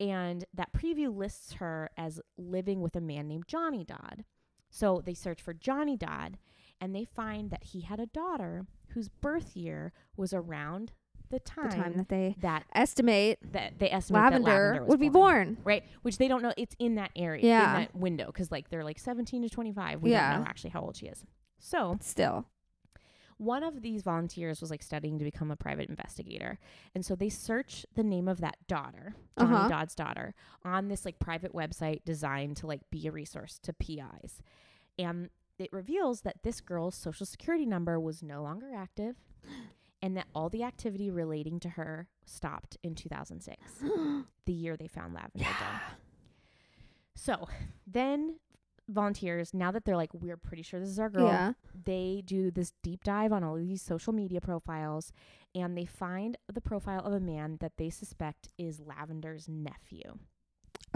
[SPEAKER 2] and that preview lists her as living with a man named johnny dodd so they search for Johnny Dodd and they find that he had a daughter whose birth year was around the time,
[SPEAKER 1] The time that they
[SPEAKER 2] that,
[SPEAKER 1] estimate
[SPEAKER 2] that they estimate
[SPEAKER 1] lavender,
[SPEAKER 2] that Lavender was
[SPEAKER 1] would be born.
[SPEAKER 2] Right, which they don't know. It's in that area,
[SPEAKER 1] Yeah.
[SPEAKER 2] in that window, because like they're like 17 to 25. We
[SPEAKER 1] Yeah.
[SPEAKER 2] don't know actually how old she is. So
[SPEAKER 1] Still.
[SPEAKER 2] one of these volunteers was like studying to become a private investigator. And so they search the name of that daughter, Johnny
[SPEAKER 1] Uh-huh.
[SPEAKER 2] Dodd's daughter, on this like private website designed to like be a resource to PIs. And it reveals that this girl's social security number was no longer active and that all the activity relating to her stopped in 2006, the year they found Lavender Doe. So then volunteers, now that they're like, we're pretty sure this is our girl,
[SPEAKER 1] Yeah.
[SPEAKER 2] they do this deep dive on all of these social media profiles and they find the profile of a man that they suspect is Lavender's nephew.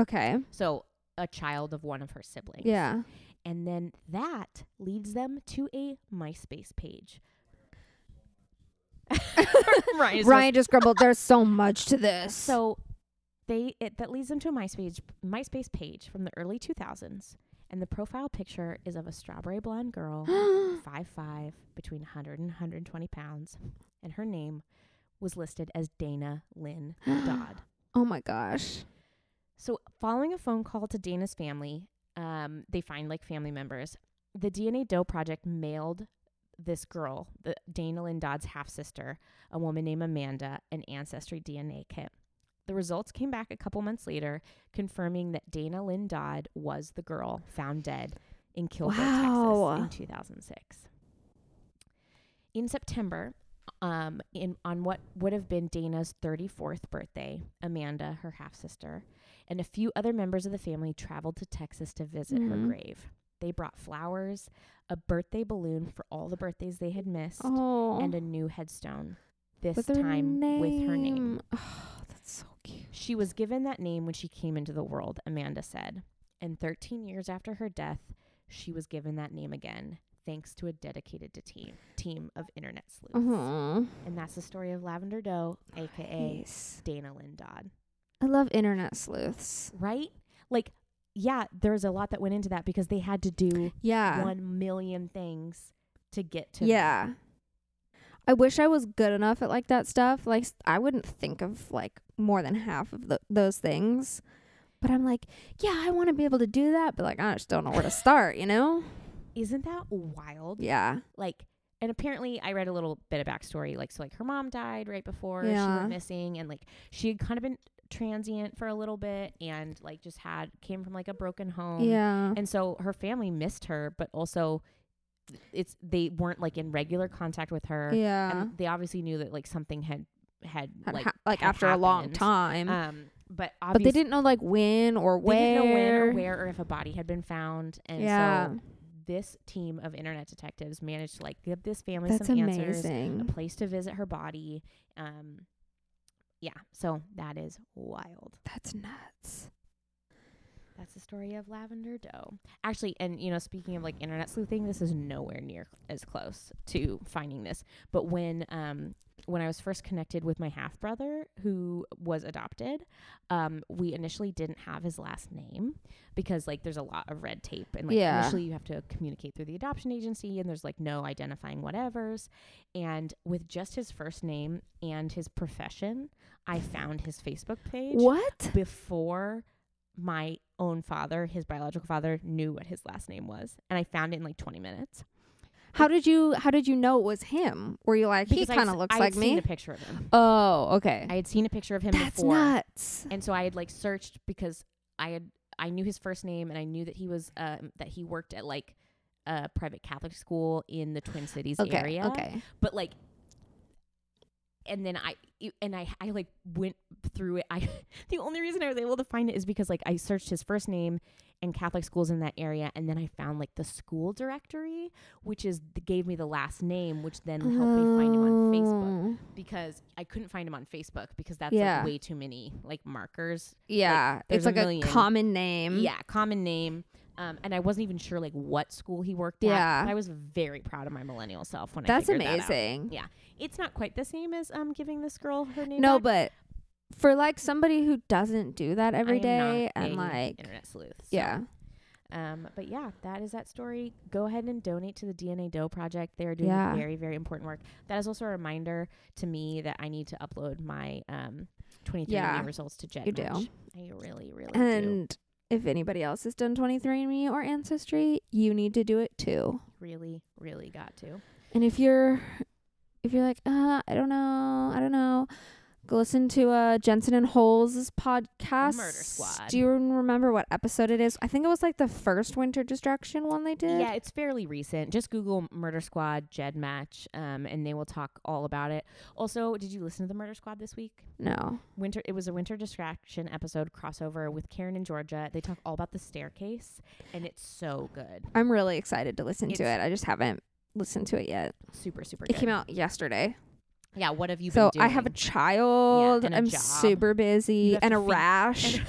[SPEAKER 1] Okay.
[SPEAKER 2] So, a child of one of her siblings.
[SPEAKER 1] Yeah.
[SPEAKER 2] And then that leads them to a MySpace page. Ryan, just-
[SPEAKER 1] Ryan just grumbled, there's so much to this.
[SPEAKER 2] So they it, that leads them to a MySpace MySpace page from the early 2000s, and the profile picture is of a strawberry blonde girl, five five, between 100 and 120 pounds, and her name was listed as Dana Lynn Dodd.
[SPEAKER 1] oh my gosh.
[SPEAKER 2] So, following a phone call to Dana's family, um, they find like family members. The DNA Doe Project mailed this girl, the Dana Lynn Dodd's half sister, a woman named Amanda, an ancestry DNA kit. The results came back a couple months later, confirming that Dana Lynn Dodd was the girl found dead in Kilgore,
[SPEAKER 1] Wow.
[SPEAKER 2] Texas, in 2006. In September, um, in on what would have been Dana's 34th birthday, Amanda, her half sister, and a few other members of the family traveled to Texas to visit her
[SPEAKER 1] Mhm.
[SPEAKER 2] grave. They brought flowers, a birthday balloon for all the birthdays they had missed,
[SPEAKER 1] Oh.
[SPEAKER 2] and a new headstone. This time with her name.
[SPEAKER 1] Oh, that's so cute.
[SPEAKER 2] She was given that name when she came into the world, Amanda said. And 13 years after her death, she was given that name again, thanks to a dedicated to team team of internet sleuths.
[SPEAKER 1] Oh,
[SPEAKER 2] And that's the story of Lavender Doe, aka
[SPEAKER 1] nice.
[SPEAKER 2] Dana Lynn Dodd.
[SPEAKER 1] I love internet sleuths.
[SPEAKER 2] Right? Like, yeah, there's a lot that went into that because they had to do
[SPEAKER 1] Yeah.
[SPEAKER 2] one million things to get to. them.
[SPEAKER 1] yeah. I wish I was good enough at like that stuff. Like s- I wouldn't think of like more than half of tho- those things. But I'm like, yeah, I want to be able to do that, but like I just don't know where to start, you know?
[SPEAKER 2] Isn't that wild?
[SPEAKER 1] Yeah.
[SPEAKER 2] like and apparently i read a little bit of backstory like so like her mom died right before she
[SPEAKER 1] Yeah.
[SPEAKER 2] went missing and like she had kind of been transient for a little bit and like Um, just had came from like a broken home
[SPEAKER 1] Yeah.
[SPEAKER 2] and so her family missed her but also it's they weren't like in regular contact with her.
[SPEAKER 1] yeah.
[SPEAKER 2] And they obviously knew that like something had had,
[SPEAKER 1] Uh-huh. Had
[SPEAKER 2] like
[SPEAKER 1] ha- like
[SPEAKER 2] had
[SPEAKER 1] after a long
[SPEAKER 2] happened.
[SPEAKER 1] time.
[SPEAKER 2] um but
[SPEAKER 1] but they
[SPEAKER 2] obviously
[SPEAKER 1] didn't know like when or
[SPEAKER 2] they didn't
[SPEAKER 1] where.
[SPEAKER 2] know when or where or if a body had been found and
[SPEAKER 1] yeah.
[SPEAKER 2] so this team of internet detectives managed to like give this family
[SPEAKER 1] That's
[SPEAKER 2] some answers a
[SPEAKER 1] amazing.
[SPEAKER 2] place to visit her body um yeah so that is wild
[SPEAKER 1] That's nuts.
[SPEAKER 2] that's the story of lavender doe actually and you know speaking of like internet sleuthing this is nowhere near as close to finding this but when um when i was first connected with my half brother who was adopted um we initially didn't have his last name because like there's a lot of red tape and like
[SPEAKER 1] Yeah.
[SPEAKER 2] initially you have to communicate through the adoption agency and there's like no identifying whatevers and with just his first name and his profession i found his facebook page
[SPEAKER 1] What?
[SPEAKER 2] before my own father, his biological father, knew what his last name was, and I found it in like 20 minutes.
[SPEAKER 1] How did you how did you know it was him? Were you like he
[SPEAKER 2] Because I'd
[SPEAKER 1] kind of
[SPEAKER 2] s-
[SPEAKER 1] looks
[SPEAKER 2] I
[SPEAKER 1] like
[SPEAKER 2] had seen
[SPEAKER 1] me?
[SPEAKER 2] a picture of him.
[SPEAKER 1] oh, okay.
[SPEAKER 2] I had seen a picture of him
[SPEAKER 1] That's
[SPEAKER 2] before,
[SPEAKER 1] nuts.
[SPEAKER 2] and so I had like searched because I had I knew his first name, and I knew that he was um, that he worked at like a private Catholic school in the Twin Cities
[SPEAKER 1] Okay.
[SPEAKER 2] area.
[SPEAKER 1] Okay.
[SPEAKER 2] but like and then i it- and i i like went through it i the only reason i was able to find it is because like i searched his first name and catholic schools in that area and then i found like the school directory which is gave me the last name which then helped me find him on facebook
[SPEAKER 1] Oh.
[SPEAKER 2] because i couldn't find him on facebook because that's
[SPEAKER 1] Yeah.
[SPEAKER 2] like way too many like markers
[SPEAKER 1] Yeah, it's
[SPEAKER 2] there's a
[SPEAKER 1] like a,
[SPEAKER 2] million.
[SPEAKER 1] common name.
[SPEAKER 2] yeah common name um, and i wasn't even sure like what school he worked
[SPEAKER 1] Yeah.
[SPEAKER 2] at but i was very proud of my millennial self when
[SPEAKER 1] that's
[SPEAKER 2] i figured that out
[SPEAKER 1] amazing.
[SPEAKER 2] it's not quite the same as um giving this girl her name.
[SPEAKER 1] No,
[SPEAKER 2] back.
[SPEAKER 1] but for like somebody who doesn't do that every
[SPEAKER 2] I am
[SPEAKER 1] day
[SPEAKER 2] not
[SPEAKER 1] and
[SPEAKER 2] a
[SPEAKER 1] like
[SPEAKER 2] internet sleuth. so,
[SPEAKER 1] yeah,
[SPEAKER 2] Um, but yeah, that is that story. Go ahead and donate to the DNA Doe Project. They are doing
[SPEAKER 1] Yeah.
[SPEAKER 2] very very important work. That is also a reminder to me that I need to upload my um 23andMe
[SPEAKER 1] Yeah,
[SPEAKER 2] results to Jet.
[SPEAKER 1] you do.
[SPEAKER 2] I really really do.
[SPEAKER 1] and if anybody else has done 23andMe or Ancestry, you need to do it too.
[SPEAKER 2] Really really got to.
[SPEAKER 1] And if you're if you're like, uh, I don't know, I don't know, go listen to uh Jensen and Holes' podcast.
[SPEAKER 2] Squad.
[SPEAKER 1] Do you remember what episode it is? I think it was like the first winter destruction one they did.
[SPEAKER 2] Yeah, it's fairly recent. Just Google Murder Squad Jed Match, um, and they will talk all about it. Also, did you listen to the Murder Squad this week?
[SPEAKER 1] No.
[SPEAKER 2] winter it was a winter distraction episode crossover with karen and georgia they talk all about the staircase and it's so good
[SPEAKER 1] I'm really excited to listen to
[SPEAKER 2] It's-
[SPEAKER 1] it. I just haven't listened to it yet.
[SPEAKER 2] super super
[SPEAKER 1] It
[SPEAKER 2] good
[SPEAKER 1] came out yesterday.
[SPEAKER 2] yeah what have you
[SPEAKER 1] so
[SPEAKER 2] been doing
[SPEAKER 1] I have a child.
[SPEAKER 2] and a
[SPEAKER 1] I'm
[SPEAKER 2] job.
[SPEAKER 1] super
[SPEAKER 2] You
[SPEAKER 1] busy
[SPEAKER 2] have
[SPEAKER 1] and
[SPEAKER 2] to
[SPEAKER 1] a
[SPEAKER 2] feed-
[SPEAKER 1] rash.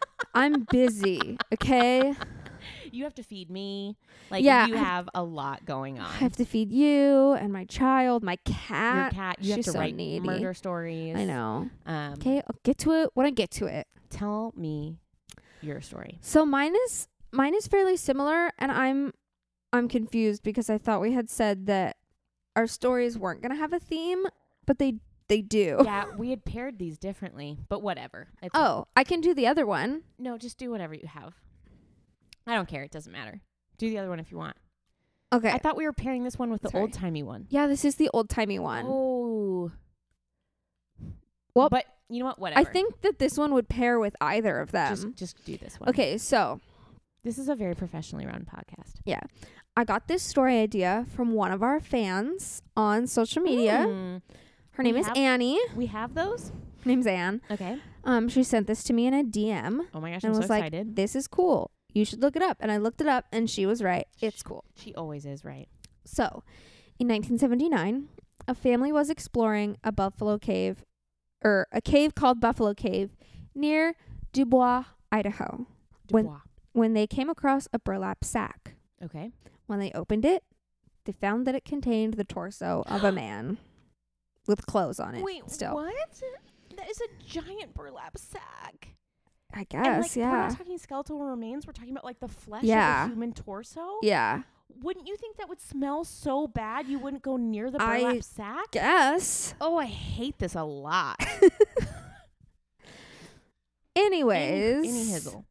[SPEAKER 1] I'm busy, okay?
[SPEAKER 2] you have to feed me like
[SPEAKER 1] Yeah,
[SPEAKER 2] you
[SPEAKER 1] I have-
[SPEAKER 2] have a lot going on
[SPEAKER 1] I have to feed you and my child, my
[SPEAKER 2] your
[SPEAKER 1] cat.
[SPEAKER 2] cat you have
[SPEAKER 1] she's
[SPEAKER 2] to
[SPEAKER 1] so
[SPEAKER 2] write
[SPEAKER 1] needy.
[SPEAKER 2] murder stories
[SPEAKER 1] I know.
[SPEAKER 2] um
[SPEAKER 1] Okay, I'll get to it when I get to it.
[SPEAKER 2] tell me your story
[SPEAKER 1] So mine is mine is fairly similar and I'm I'm confused because I thought we had said that our stories weren't going to have a theme, but they they do.
[SPEAKER 2] yeah we had paired these differently but whatever it's
[SPEAKER 1] Oh, I can do the other one.
[SPEAKER 2] no just do whatever you have i don't care it doesn't matter do the other one if you want
[SPEAKER 1] Okay.
[SPEAKER 2] i thought we were pairing this one with the
[SPEAKER 1] Sorry.
[SPEAKER 2] old timey one
[SPEAKER 1] yeah, this is the old timey one.
[SPEAKER 2] Oh.
[SPEAKER 1] Well,
[SPEAKER 2] but you know what? Whatever.
[SPEAKER 1] I think that this one would pair with either of them.
[SPEAKER 2] just just do this one.
[SPEAKER 1] okay, so
[SPEAKER 2] This is a very professionally run podcast.
[SPEAKER 1] I got this story idea from one of our fans on social media.
[SPEAKER 2] Mm,
[SPEAKER 1] Her name
[SPEAKER 2] we
[SPEAKER 1] is
[SPEAKER 2] have-
[SPEAKER 1] Annie.
[SPEAKER 2] we have those.
[SPEAKER 1] Her name's Anne.
[SPEAKER 2] Okay.
[SPEAKER 1] Um, she sent this to me in a DM.
[SPEAKER 2] Oh my gosh,
[SPEAKER 1] And
[SPEAKER 2] I'm so
[SPEAKER 1] was like-
[SPEAKER 2] excited.
[SPEAKER 1] This is cool. You should look it up. And I looked it up, and she was right. It's cool.
[SPEAKER 2] She always is right.
[SPEAKER 1] So, in 1979, a family was exploring a buffalo cave, or a cave called Buffalo Cave, near Dubois, Idaho, When-
[SPEAKER 2] Dubois.
[SPEAKER 1] when they came across a burlap sack.
[SPEAKER 2] okay.
[SPEAKER 1] When they opened it, they found that it contained the torso of a man with clothes on it. still,
[SPEAKER 2] what? That is a giant burlap sack.
[SPEAKER 1] I
[SPEAKER 2] and
[SPEAKER 1] guess,
[SPEAKER 2] like, We're
[SPEAKER 1] yeah,
[SPEAKER 2] not talking skeletal remains. We're talking about like the flesh
[SPEAKER 1] Yeah.
[SPEAKER 2] of a human torso.
[SPEAKER 1] yeah,
[SPEAKER 2] Wouldn't you think that would smell so bad you wouldn't go near the
[SPEAKER 1] I
[SPEAKER 2] burlap sack?
[SPEAKER 1] guess.
[SPEAKER 2] oh, I hate this a lot.
[SPEAKER 1] Anyways,
[SPEAKER 2] Any, any hizzle.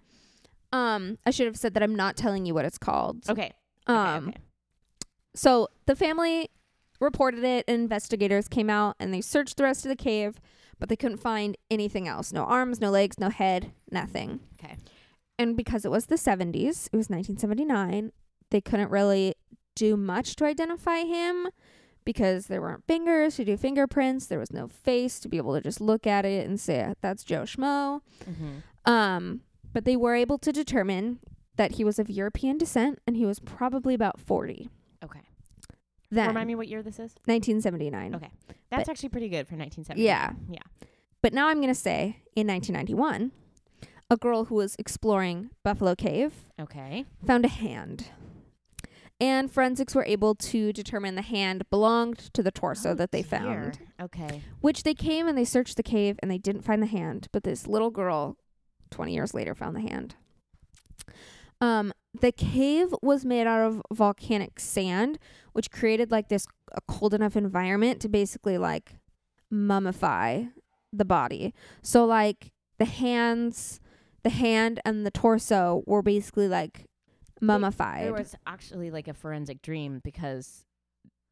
[SPEAKER 1] um, I should have said that I'm not telling you what it's called.
[SPEAKER 2] Okay.
[SPEAKER 1] Um,
[SPEAKER 2] okay, okay.
[SPEAKER 1] so the family reported it, and investigators came out and they searched the rest of the cave, but they couldn't find anything else. No arms, no legs, no head, nothing.
[SPEAKER 2] Okay.
[SPEAKER 1] And because it was the 70s, it was 1979, they couldn't really do much to identify him because there weren't fingers to do fingerprints. There was no face to be able to just look at it and say, that's Joe Schmo.
[SPEAKER 2] Mm-hmm.
[SPEAKER 1] Um, but they were able to determine that he was of European descent and he was probably about 40.
[SPEAKER 2] Okay.
[SPEAKER 1] Then,
[SPEAKER 2] Remind me what year this is.
[SPEAKER 1] 1979.
[SPEAKER 2] Okay. That's actually pretty good for 1970.
[SPEAKER 1] Yeah.
[SPEAKER 2] Yeah.
[SPEAKER 1] But now I'm going to say in 1991, a girl who was exploring Buffalo Cave
[SPEAKER 2] Okay.
[SPEAKER 1] found a hand. And forensics were able to determine the hand belonged to the torso
[SPEAKER 2] Oh,
[SPEAKER 1] that they
[SPEAKER 2] dear.
[SPEAKER 1] found.
[SPEAKER 2] Okay.
[SPEAKER 1] Which they came and they searched the cave and they didn't find the hand, but this little girl 20 years later found the hand. Um, the cave was made out of volcanic sand, which created like this a cold enough environment to basically like mummify the body. So like the hands, the hand and the torso were basically like mummified.
[SPEAKER 2] There was actually like a forensic dream because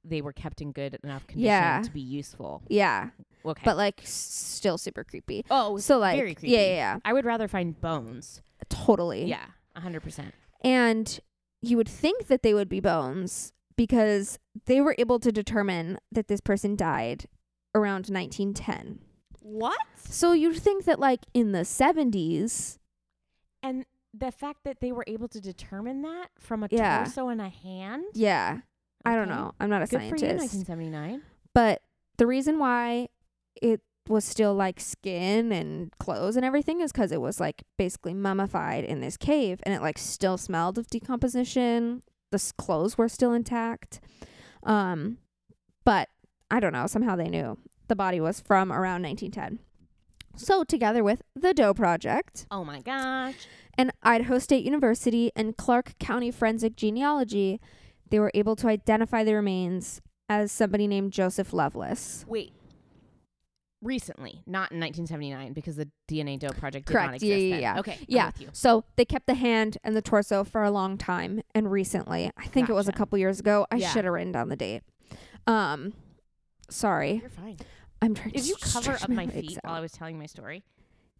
[SPEAKER 2] they were kept in good enough condition
[SPEAKER 1] Yeah.
[SPEAKER 2] to be useful.
[SPEAKER 1] yeah,
[SPEAKER 2] Okay.
[SPEAKER 1] but like s- still super creepy.
[SPEAKER 2] oh, so
[SPEAKER 1] So like
[SPEAKER 2] very
[SPEAKER 1] yeah, yeah,
[SPEAKER 2] creepy.
[SPEAKER 1] yeah,
[SPEAKER 2] I would rather find bones.
[SPEAKER 1] totally.
[SPEAKER 2] Yeah. a 100%.
[SPEAKER 1] And you would think that they would be bones because they were able to determine that this person died around 1910.
[SPEAKER 2] What?
[SPEAKER 1] So you'd think that, like, in the 70s,
[SPEAKER 2] And the fact that they were able to determine that from a
[SPEAKER 1] Yeah.
[SPEAKER 2] torso and a hand?
[SPEAKER 1] yeah, I don't
[SPEAKER 2] Okay.
[SPEAKER 1] know. I'm not a
[SPEAKER 2] Good for you,
[SPEAKER 1] scientist.
[SPEAKER 2] 1979.
[SPEAKER 1] but the reason why it was still like skin and clothes and everything is because it was like basically mummified in this cave and it like still smelled of decomposition the s- clothes were still intact um but i don't know somehow they knew the body was from around 1910 so together with the doe project
[SPEAKER 2] Oh my gosh.
[SPEAKER 1] and Idaho State University and Clark County Forensic Genealogy, they were able to identify the remains as somebody named Joseph Lovelace.
[SPEAKER 2] Wait. Recently, not in 1979, because the DNA Doe Project did not
[SPEAKER 1] Correct.
[SPEAKER 2] exist.
[SPEAKER 1] Yeah, yeah,
[SPEAKER 2] then.
[SPEAKER 1] yeah.
[SPEAKER 2] Okay. I'm
[SPEAKER 1] Yeah.
[SPEAKER 2] with you.
[SPEAKER 1] So they kept the hand and the torso for a long time, and recently, I think it was a
[SPEAKER 2] Gotcha.
[SPEAKER 1] couple years ago. I
[SPEAKER 2] Yeah.
[SPEAKER 1] should have written down the date. Um, sorry,
[SPEAKER 2] You're fine.
[SPEAKER 1] I'm trying.
[SPEAKER 2] Did
[SPEAKER 1] to
[SPEAKER 2] you cover
[SPEAKER 1] stretch
[SPEAKER 2] up
[SPEAKER 1] my,
[SPEAKER 2] my feet while I
[SPEAKER 1] was-
[SPEAKER 2] was telling my story?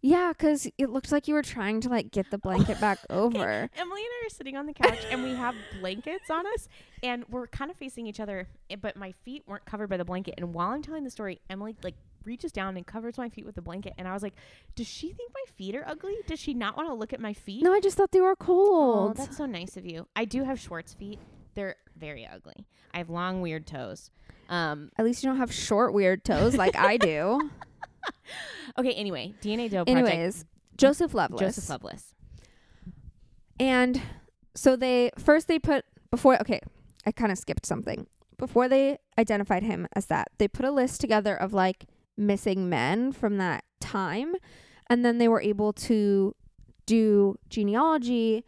[SPEAKER 1] yeah, because it looked like you were trying to like
[SPEAKER 2] Oh,
[SPEAKER 1] get the blanket back over.
[SPEAKER 2] Emily and I are sitting on the couch and we have blankets on us and we're kind of facing each other, eh, but my feet weren't covered by the blanket. And while I'm telling the story, Emily like reaches down and covers my feet with the blanket. And I was like, does she think my feet are ugly? Does she not want to look at my feet?
[SPEAKER 1] No, I just thought they were
[SPEAKER 2] Aw,
[SPEAKER 1] cold.
[SPEAKER 2] Oh, that's so nice of you. I do have Schwartz feet. They're very ugly. I have long, weird toes. Um,
[SPEAKER 1] At least you don't have short, weird toes like I do.
[SPEAKER 2] okay, anyway, DNA Doe Project.
[SPEAKER 1] Anyways, Joseph Lovelace.
[SPEAKER 2] Joseph Lovelace.
[SPEAKER 1] And so they first they put before okay, I kind of skipped something. Before they identified him as that, they put a list together of like missing men from that time and then they were able to do genealogy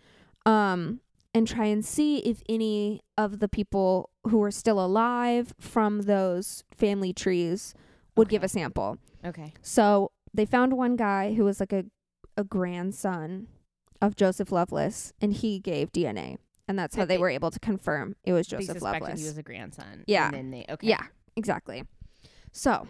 [SPEAKER 1] um and try and see if any of the people who were still alive from those family trees would give
[SPEAKER 2] Okay.
[SPEAKER 1] a sample.
[SPEAKER 2] Okay.
[SPEAKER 1] So they found one guy who was like a, a grandson of Joseph Lovelace, and he gave DNA. And that's how
[SPEAKER 2] That
[SPEAKER 1] they
[SPEAKER 2] they-
[SPEAKER 1] were able to confirm it was
[SPEAKER 2] they
[SPEAKER 1] Joseph
[SPEAKER 2] suspected
[SPEAKER 1] Lovelace.
[SPEAKER 2] he was a grandson.
[SPEAKER 1] Yeah.
[SPEAKER 2] And then they, okay.
[SPEAKER 1] Yeah, exactly. So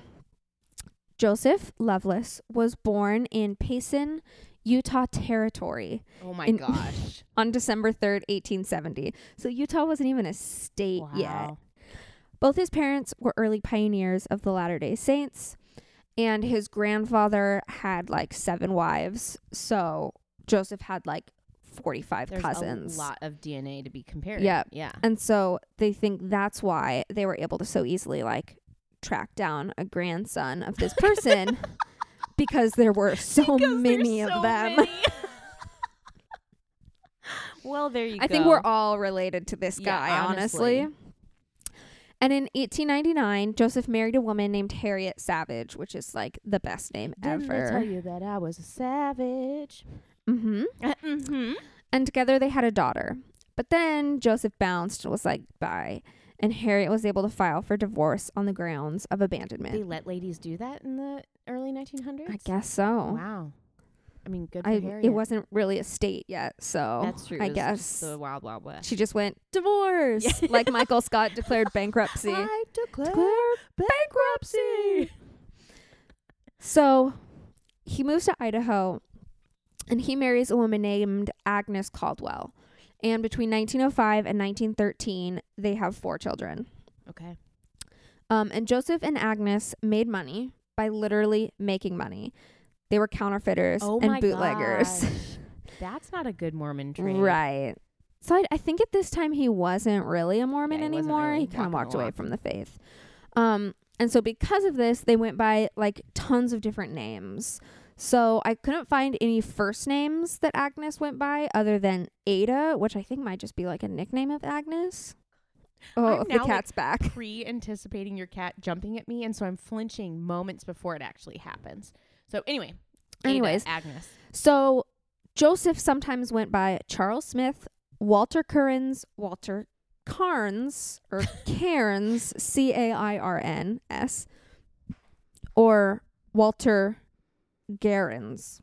[SPEAKER 1] Joseph Lovelace was born in Payson, Utah Territory
[SPEAKER 2] Oh my
[SPEAKER 1] In-
[SPEAKER 2] gosh.
[SPEAKER 1] on December 3rd, 1870. So Utah wasn't even a state yet.
[SPEAKER 2] Wow.
[SPEAKER 1] Both his parents were early pioneers of the Latter day Saints, and his grandfather had like seven wives. So Joseph had like 45
[SPEAKER 2] There's
[SPEAKER 1] cousins.
[SPEAKER 2] a lot of DNA to be compared.
[SPEAKER 1] Yep.
[SPEAKER 2] Yeah.
[SPEAKER 1] And so they think that's why they were able to so easily like track down a grandson of this person because there were so
[SPEAKER 2] Because there's
[SPEAKER 1] many of
[SPEAKER 2] so
[SPEAKER 1] them.
[SPEAKER 2] many. well, there you go.
[SPEAKER 1] I think we're all related to this
[SPEAKER 2] Yeah,
[SPEAKER 1] guy, honestly.
[SPEAKER 2] honestly.
[SPEAKER 1] And in 1899, Joseph married a woman named Harriet Savage, which is like the best name
[SPEAKER 2] Didn't I tell
[SPEAKER 1] ever.
[SPEAKER 2] you that I was a savage?
[SPEAKER 1] hmm
[SPEAKER 2] mm-hmm.
[SPEAKER 1] And together they had a daughter. But then Joseph bounced and was like, bye. And Harriet was able to file for divorce on the grounds of
[SPEAKER 2] They
[SPEAKER 1] abandonment.
[SPEAKER 2] let ladies do that in the early 1900s?
[SPEAKER 1] I guess so.
[SPEAKER 2] Wow. I mean, good for
[SPEAKER 1] I,
[SPEAKER 2] Harriet.
[SPEAKER 1] it wasn't really a state yet, so
[SPEAKER 2] That's true.
[SPEAKER 1] I
[SPEAKER 2] It was
[SPEAKER 1] guess
[SPEAKER 2] just the wild, wild west.
[SPEAKER 1] she just went divorce,
[SPEAKER 2] Yeah.
[SPEAKER 1] like Michael Scott declared bankruptcy.
[SPEAKER 2] I declare
[SPEAKER 1] bankruptcy. So he moves to Idaho and he marries a woman named Agnes Caldwell. And between 1905 and 1913, they have four children.
[SPEAKER 2] Okay.
[SPEAKER 1] Um, and Joseph and Agnes made money by literally making money. They were counterfeiters
[SPEAKER 2] Oh my
[SPEAKER 1] and bootleggers.
[SPEAKER 2] gosh. That's not a good Mormon trait.
[SPEAKER 1] Right. So I, I think at this time he wasn't really a Mormon
[SPEAKER 2] Yeah, he wasn't
[SPEAKER 1] anymore.
[SPEAKER 2] really
[SPEAKER 1] he kind of
[SPEAKER 2] walking the
[SPEAKER 1] walked away
[SPEAKER 2] walk.
[SPEAKER 1] from the faith. Um, and so because of this, they went by like tons of different names. So I couldn't find any first names that Agnes went by other than Ada, which I think might just be like a nickname of Agnes. Oh,
[SPEAKER 2] I'm
[SPEAKER 1] if the
[SPEAKER 2] now, like,
[SPEAKER 1] cat's back.
[SPEAKER 2] Pre anticipating your cat jumping at me, and so I'm flinching moments before it actually happens. So anyway, Ada,
[SPEAKER 1] Anyways,
[SPEAKER 2] Agnes.
[SPEAKER 1] So Joseph sometimes went by Charles Smith, Walter Currens, Walter Carnes, or Cairns, C A I R N S, or Walter Garens.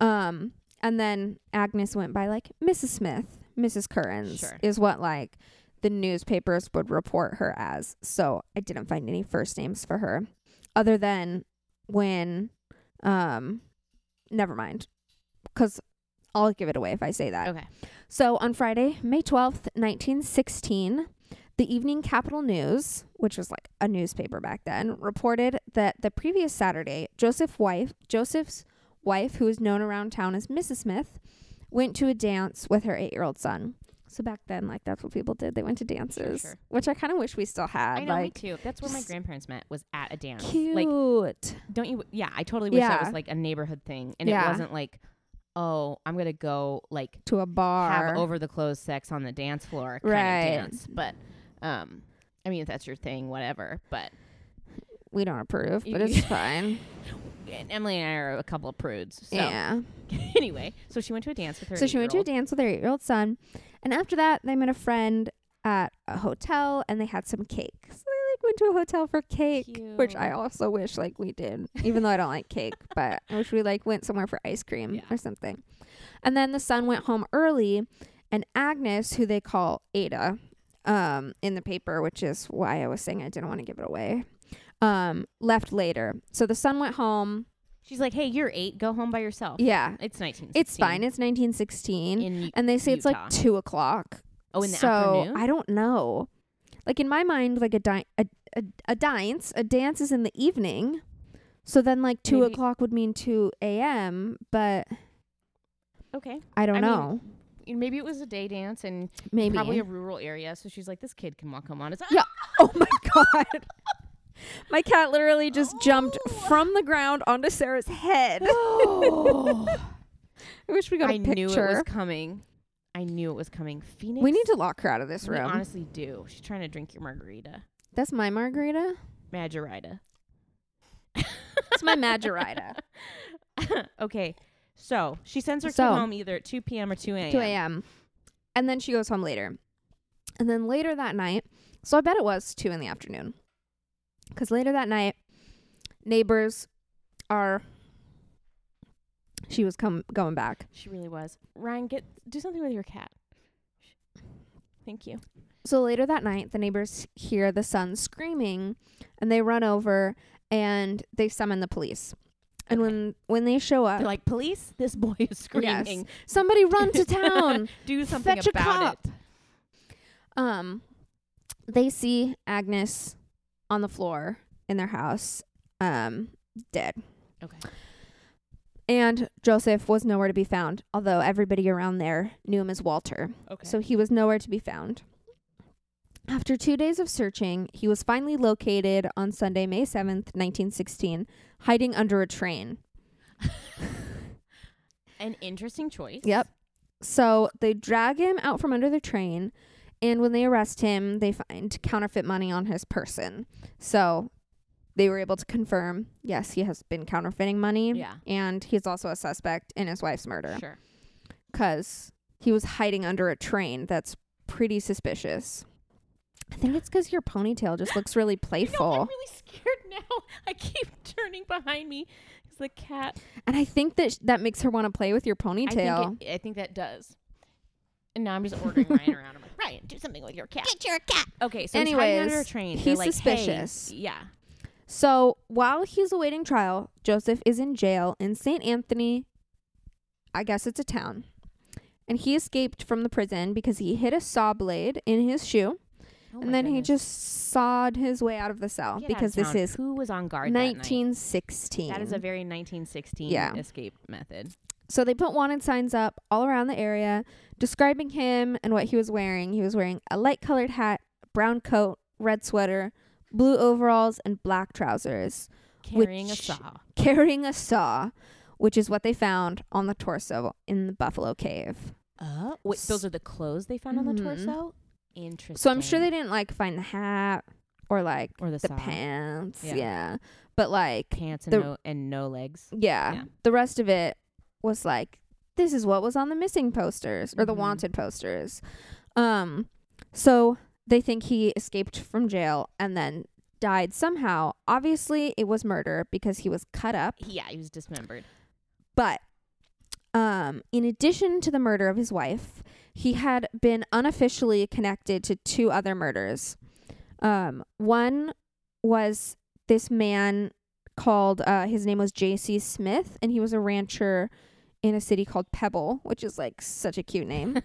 [SPEAKER 1] Um, and then Agnes went by like Mrs. Smith, Mrs. Currens
[SPEAKER 2] Sure.
[SPEAKER 1] is what like the newspapers would report her as. So I didn't find any first names for her other than when um never mind because i'll give it away if i say that
[SPEAKER 2] Okay.
[SPEAKER 1] so on friday may 12th 1916 the evening capitol news which was like a newspaper back then reported that the previous saturday joseph's wife joseph's wife who is known around town as mrs smith went to a dance with her eight-year-old son so back then like that's what people did they went to dances
[SPEAKER 2] sure.
[SPEAKER 1] which i kind of wish we still had
[SPEAKER 2] I know
[SPEAKER 1] like
[SPEAKER 2] me too. That's where my
[SPEAKER 1] just-
[SPEAKER 2] grandparents met was at a dance.
[SPEAKER 1] cute
[SPEAKER 2] Like don't you yeah, I totally wish that
[SPEAKER 1] Yeah.
[SPEAKER 2] was like a neighborhood thing and
[SPEAKER 1] Yeah.
[SPEAKER 2] it wasn't like, oh, I'm gonna go like
[SPEAKER 1] to a bar
[SPEAKER 2] have over the clothes sex on the dance floor kind
[SPEAKER 1] Right.
[SPEAKER 2] of dance. But um I mean if that's your thing, whatever. But
[SPEAKER 1] we don't approve,
[SPEAKER 2] You-
[SPEAKER 1] but it's fine.
[SPEAKER 2] and Emily and I are a couple of prudes. So
[SPEAKER 1] Yeah.
[SPEAKER 2] anyway, so she went to a dance with her.
[SPEAKER 1] So she went to a dance with her eight year old son. And after that, they met a friend at a hotel and they had some cake. So they like went to a hotel for cake, which I
[SPEAKER 2] Cute.
[SPEAKER 1] also wish like we did, even though I don't like cake, but I wish we like went somewhere for ice cream
[SPEAKER 2] Yeah.
[SPEAKER 1] or something. And then the son went home early and Agnes, who they call Ada, um, in the paper, which is why I was saying I didn't want to give it away, um, left later. So the son went home.
[SPEAKER 2] She's like, Hey, you're eight, go home by yourself.
[SPEAKER 1] Yeah.
[SPEAKER 2] It's Oh, nineteen
[SPEAKER 1] It's fine. It's 1916,
[SPEAKER 2] in,
[SPEAKER 1] and they say it's
[SPEAKER 2] Utah.
[SPEAKER 1] like two o'clock.
[SPEAKER 2] oh, in the
[SPEAKER 1] so
[SPEAKER 2] afternoon.
[SPEAKER 1] I don't know. Like in my mind, like a di- a, a a dance, a dance is in the evening. So then, like two
[SPEAKER 2] Maybe-
[SPEAKER 1] o'clock would mean two a.m. But
[SPEAKER 2] okay.
[SPEAKER 1] I don't
[SPEAKER 2] I mean,
[SPEAKER 1] know.
[SPEAKER 2] Maybe it was a day dance and
[SPEAKER 1] Maybe.
[SPEAKER 2] probably a rural area. So she's like, This kid can walk home on his own.
[SPEAKER 1] Yeah. oh my god! My cat literally just jumped
[SPEAKER 2] Oh.
[SPEAKER 1] from the ground onto Sarah's head. I wish we got a
[SPEAKER 2] I
[SPEAKER 1] picture.
[SPEAKER 2] knew it was coming. I knew it was coming. Phoenix.
[SPEAKER 1] we need to lock her out of this
[SPEAKER 2] We
[SPEAKER 1] room.
[SPEAKER 2] honestly do. She's trying to drink your margarita.
[SPEAKER 1] That's my margarita.
[SPEAKER 2] Majorita.
[SPEAKER 1] It's my Majorita.
[SPEAKER 2] okay. So she sends her
[SPEAKER 1] So-
[SPEAKER 2] kid home either at 2 p.m. or 2 a.m.
[SPEAKER 1] 2 a.m. And then she goes home later. And then later that night, so I bet it was 2 in the afternoon. Because later that night, neighbors are. She was come going back.
[SPEAKER 2] She really was. Ryan, get do something with your cat. Thank you.
[SPEAKER 1] So later that night, the neighbors hear the son screaming and they run over and they summon the police. And
[SPEAKER 2] Okay.
[SPEAKER 1] when when they show up,
[SPEAKER 2] They're Uh, like, police, this boy is screaming.
[SPEAKER 1] somebody run to town.
[SPEAKER 2] Do something
[SPEAKER 1] Fetch a
[SPEAKER 2] about it.
[SPEAKER 1] Um, they see Agnes on the floor in their house, um, dead.
[SPEAKER 2] Okay.
[SPEAKER 1] And Joseph was nowhere to be found, although everybody around there knew him as Walter.
[SPEAKER 2] Okay.
[SPEAKER 1] So he was nowhere to be found. After two days of searching, he was finally located on Sunday, May 7th, 1916, hiding under a train.
[SPEAKER 2] an interesting choice.
[SPEAKER 1] Yep. So they drag him out from under the train, and when they arrest him, they find counterfeit money on his person. So they were able to confirm yes, he has been counterfeiting money,
[SPEAKER 2] Yeah.
[SPEAKER 1] and he's also a suspect in his wife's murder
[SPEAKER 2] Sure.
[SPEAKER 1] because he was hiding under a train. That's pretty suspicious. I think it's because your ponytail just looks really
[SPEAKER 2] You know, I'm
[SPEAKER 1] playful.
[SPEAKER 2] really scared now. I keep turning behind me because the cat
[SPEAKER 1] And I think that sh- that makes her want to play with your
[SPEAKER 2] I think
[SPEAKER 1] ponytail.
[SPEAKER 2] it- I think that does. And now I'm just ordering Ryan around. I'm like, Ryan, do something with your cat. Get your cat. Okay, so he's hiding under a
[SPEAKER 1] Anyways,
[SPEAKER 2] train. They're
[SPEAKER 1] he's
[SPEAKER 2] like, "Hey,"
[SPEAKER 1] suspicious.
[SPEAKER 2] yeah.
[SPEAKER 1] So while he's awaiting trial, Joseph is in jail in St. Anthony. I guess it's a town. and he escaped from the prison because he hid a saw blade in his shoe
[SPEAKER 2] Oh my
[SPEAKER 1] and then
[SPEAKER 2] goodness.
[SPEAKER 1] he just sawed his way out of the cell
[SPEAKER 2] Get out of
[SPEAKER 1] because this
[SPEAKER 2] town.
[SPEAKER 1] is
[SPEAKER 2] who was on guard that night?
[SPEAKER 1] 1916.
[SPEAKER 2] That is a very 1916
[SPEAKER 1] Yeah.
[SPEAKER 2] escape method.
[SPEAKER 1] so they put wanted signs up all around the area describing him and what he was wearing. He was wearing a light colored hat, brown coat, red sweater, blue overalls, and black trousers,
[SPEAKER 2] Carrying
[SPEAKER 1] Which-
[SPEAKER 2] a saw.
[SPEAKER 1] carrying a saw, which is what they found on the torso in the Buffalo Cave.
[SPEAKER 2] Uh, wait,
[SPEAKER 1] S-
[SPEAKER 2] those are the clothes they found on the
[SPEAKER 1] Mhm.
[SPEAKER 2] torso. Interesting.
[SPEAKER 1] So I'm sure they didn't like find the hat or like
[SPEAKER 2] or the,
[SPEAKER 1] the
[SPEAKER 2] saw.
[SPEAKER 1] pants.
[SPEAKER 2] Yeah.
[SPEAKER 1] Yeah. But like,
[SPEAKER 2] pants and
[SPEAKER 1] the-
[SPEAKER 2] no and no legs.
[SPEAKER 1] yeah,
[SPEAKER 2] Yeah.
[SPEAKER 1] the rest of it was like, this is what was on the missing posters or the
[SPEAKER 2] Mhm.
[SPEAKER 1] wanted posters. Um, so they think he escaped from jail and then died somehow. Obviously, it was murder because he was cut up.
[SPEAKER 2] Yeah, he was dismembered.
[SPEAKER 1] But um, in addition to the murder of his wife, he had been unofficially connected to two other murders. Um, one was this man called, uh, his name was J.C. Smith, and he was a rancher in a city called Pebble, which is like such a cute name.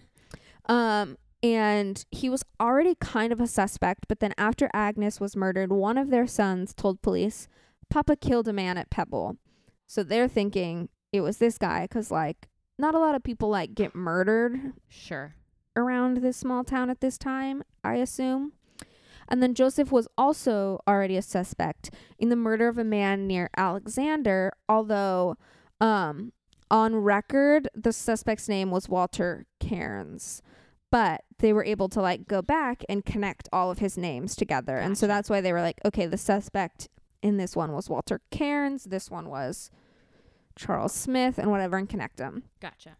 [SPEAKER 1] um, and he was already kind of a suspect, but then after Agnes was murdered, one of their sons told police, Papa killed a man at Pebble. So they're thinking it was this guy because, like, not a lot of people like get murdered
[SPEAKER 2] Sure.
[SPEAKER 1] around this small town at this time, I assume. And then Joseph was also already a suspect in the murder of a man near Alexander, although um, on record, the suspect's name was Walter Cairns. But they were able to like go back and connect all of his names together. And so
[SPEAKER 2] Gotcha.
[SPEAKER 1] that's why they were like, okay, the suspect in this one was Walter Cairns, this one was Charles Smith, and whatever, and connect them.
[SPEAKER 2] Gotcha.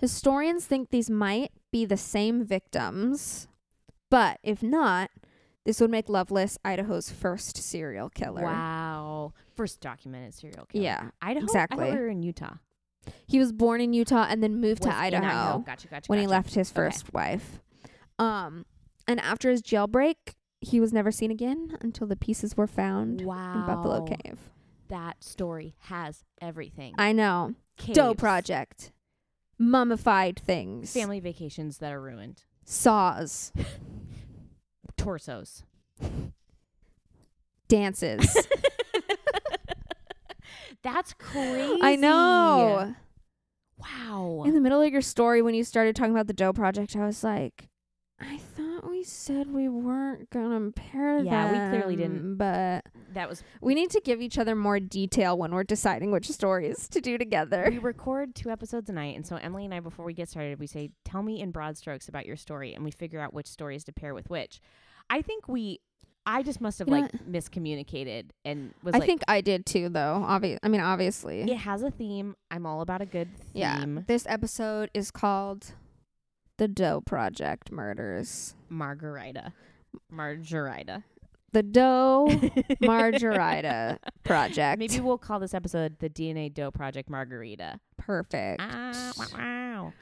[SPEAKER 1] Historians think these might be the same victims, but if not, this would make Lovelace Idaho's first serial killer.
[SPEAKER 2] Wow. First documented serial killer.
[SPEAKER 1] Yeah,
[SPEAKER 2] Idaho. I
[SPEAKER 1] exactly.
[SPEAKER 2] thought we were in Utah.
[SPEAKER 1] He was born in Utah and then moved
[SPEAKER 2] Was
[SPEAKER 1] to
[SPEAKER 2] in
[SPEAKER 1] Idaho,
[SPEAKER 2] Gotcha. Gotcha.
[SPEAKER 1] when he
[SPEAKER 2] gotcha.
[SPEAKER 1] left his first wife. Um, and after his jailbreak, he was never seen again until the pieces were found
[SPEAKER 2] Wow.
[SPEAKER 1] in Buffalo Cave.
[SPEAKER 2] That story has everything.
[SPEAKER 1] I know. Doe
[SPEAKER 2] Caves,
[SPEAKER 1] Project. Mummified things.
[SPEAKER 2] Family vacations that are ruined.
[SPEAKER 1] Saws.
[SPEAKER 2] Torsos.
[SPEAKER 1] Dances.
[SPEAKER 2] That's crazy.
[SPEAKER 1] I know.
[SPEAKER 2] Wow.
[SPEAKER 1] In the middle of your story, when you started talking about the Doe Project, I was like, I thought we said we weren't gonna pair
[SPEAKER 2] Yeah,
[SPEAKER 1] them.
[SPEAKER 2] we clearly didn't.
[SPEAKER 1] But
[SPEAKER 2] that was.
[SPEAKER 1] we need to give each other more detail when we're deciding which stories to do together.
[SPEAKER 2] We record two episodes a night, and so Emily and I, before we get started, we say, "Tell me in broad strokes about your story," and we figure out which stories to pair with which. I think we. I just must have
[SPEAKER 1] You know
[SPEAKER 2] like miscommunicated and was
[SPEAKER 1] I
[SPEAKER 2] like,
[SPEAKER 1] think I did too, though. Obvious. I mean, obviously.
[SPEAKER 2] it has a theme. I'm all about a good theme.
[SPEAKER 1] Yeah. This episode is called "The Doe Project Murders."
[SPEAKER 2] Margarita. Margarita.
[SPEAKER 1] The Doe Margarita Project.
[SPEAKER 2] Maybe we'll call this episode the DNA Dough Project Margarita.
[SPEAKER 1] perfect.
[SPEAKER 2] Ah, wow, wow.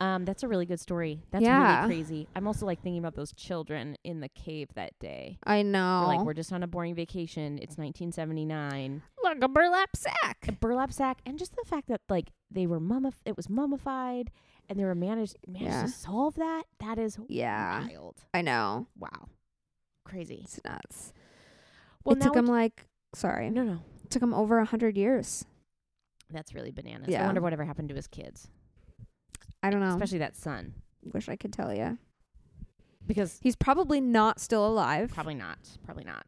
[SPEAKER 2] Um, that's a really good story. That's
[SPEAKER 1] Yeah.
[SPEAKER 2] really crazy. I'm also like thinking about those children in the cave that day.
[SPEAKER 1] I
[SPEAKER 2] We're
[SPEAKER 1] know.
[SPEAKER 2] like we're just on a boring vacation. It's 1979.
[SPEAKER 1] like a burlap sack.
[SPEAKER 2] A burlap sack, and just the fact that like they were mummif- it was mummified, and they were managed managed
[SPEAKER 1] Yeah.
[SPEAKER 2] to solve that. That is
[SPEAKER 1] Yeah.
[SPEAKER 2] wild.
[SPEAKER 1] I know.
[SPEAKER 2] Wow, crazy.
[SPEAKER 1] It's nuts.
[SPEAKER 2] Well,
[SPEAKER 1] it
[SPEAKER 2] now
[SPEAKER 1] took him
[SPEAKER 2] we-
[SPEAKER 1] like sorry,
[SPEAKER 2] no, no,
[SPEAKER 1] it took him over a hundred years.
[SPEAKER 2] that's really bananas. I
[SPEAKER 1] Yeah. Oh.
[SPEAKER 2] wonder whatever happened to his kids,
[SPEAKER 1] I don't know.
[SPEAKER 2] especially that son,
[SPEAKER 1] Wish I could tell you.
[SPEAKER 2] because
[SPEAKER 1] He's probably not still alive,
[SPEAKER 2] probably not, probably not.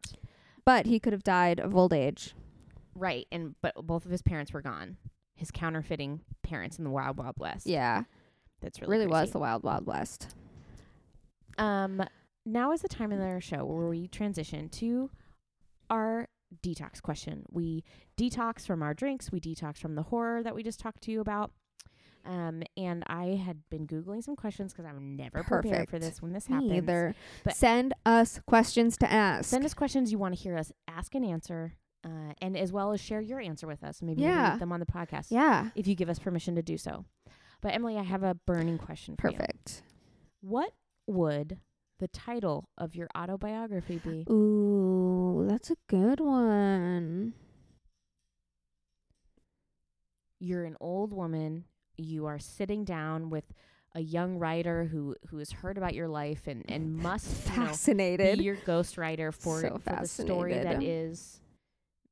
[SPEAKER 1] but he could have died of old age.
[SPEAKER 2] Right, and but both of his parents were gone. His counterfeiting parents in the Wild Wild West.
[SPEAKER 1] Yeah,
[SPEAKER 2] that's really
[SPEAKER 1] really was
[SPEAKER 2] crazy.
[SPEAKER 1] the wild, wild west.
[SPEAKER 2] Um, now is the time in our show where we transition to our detox question. We detox from our drinks. We detox from the horror that we just talked to you about. Um, and I had been googling some questions because I'm never prepared for
[SPEAKER 1] Perfect.
[SPEAKER 2] this when this
[SPEAKER 1] Me
[SPEAKER 2] happens.
[SPEAKER 1] Either
[SPEAKER 2] But-
[SPEAKER 1] send us questions to ask.
[SPEAKER 2] Send us questions you want to hear us ask and answer, uh, and as well as share your answer with us. Maybe we'll
[SPEAKER 1] Yeah.
[SPEAKER 2] read them on the podcast.
[SPEAKER 1] yeah,
[SPEAKER 2] if you give us permission to do so. But Emily, I have a burning question for you.
[SPEAKER 1] perfect.
[SPEAKER 2] What would the title of your autobiography be?
[SPEAKER 1] Ooh, that's a good one.
[SPEAKER 2] You're an old woman. You are sitting down with a young writer who who has heard about your life and and must you know,
[SPEAKER 1] Fascinated.
[SPEAKER 2] be your ghostwriter for,
[SPEAKER 1] So
[SPEAKER 2] for the story that
[SPEAKER 1] fascinated.
[SPEAKER 2] is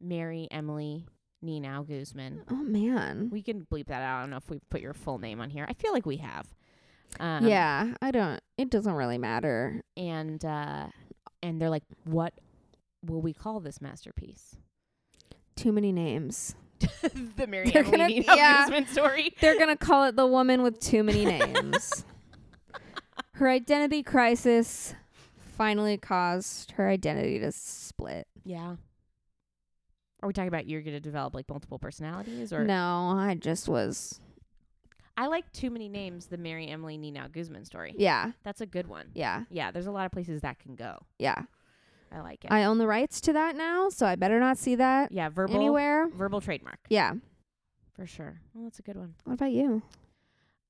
[SPEAKER 2] Mary Emily Ninau Guzman.
[SPEAKER 1] oh man.
[SPEAKER 2] We can bleep that out. I don't know if we put your full name on here. I feel like we have. Um,
[SPEAKER 1] yeah, I don't. It doesn't really matter.
[SPEAKER 2] and uh, and they're like, what will we call this masterpiece?
[SPEAKER 1] Too many names.
[SPEAKER 2] the Mary
[SPEAKER 1] They're
[SPEAKER 2] Emily
[SPEAKER 1] gonna-
[SPEAKER 2] Nino
[SPEAKER 1] yeah.
[SPEAKER 2] Guzman story.
[SPEAKER 1] They're gonna call it the woman with too many names. her identity crisis finally caused her identity to split.
[SPEAKER 2] Yeah. Are we talking about you're going to develop like multiple personalities or
[SPEAKER 1] No, I just was.
[SPEAKER 2] I like too many names the Mary Emily Nina Guzman story.
[SPEAKER 1] Yeah,
[SPEAKER 2] That's a good one.
[SPEAKER 1] yeah,
[SPEAKER 2] Yeah, there's a lot of places that can go.
[SPEAKER 1] yeah.
[SPEAKER 2] I like it.
[SPEAKER 1] I own the rights to that now, so I better not see that
[SPEAKER 2] yeah, verbal
[SPEAKER 1] anywhere.
[SPEAKER 2] verbal trademark.
[SPEAKER 1] Yeah.
[SPEAKER 2] For sure. Well, that's a good one.
[SPEAKER 1] What about you?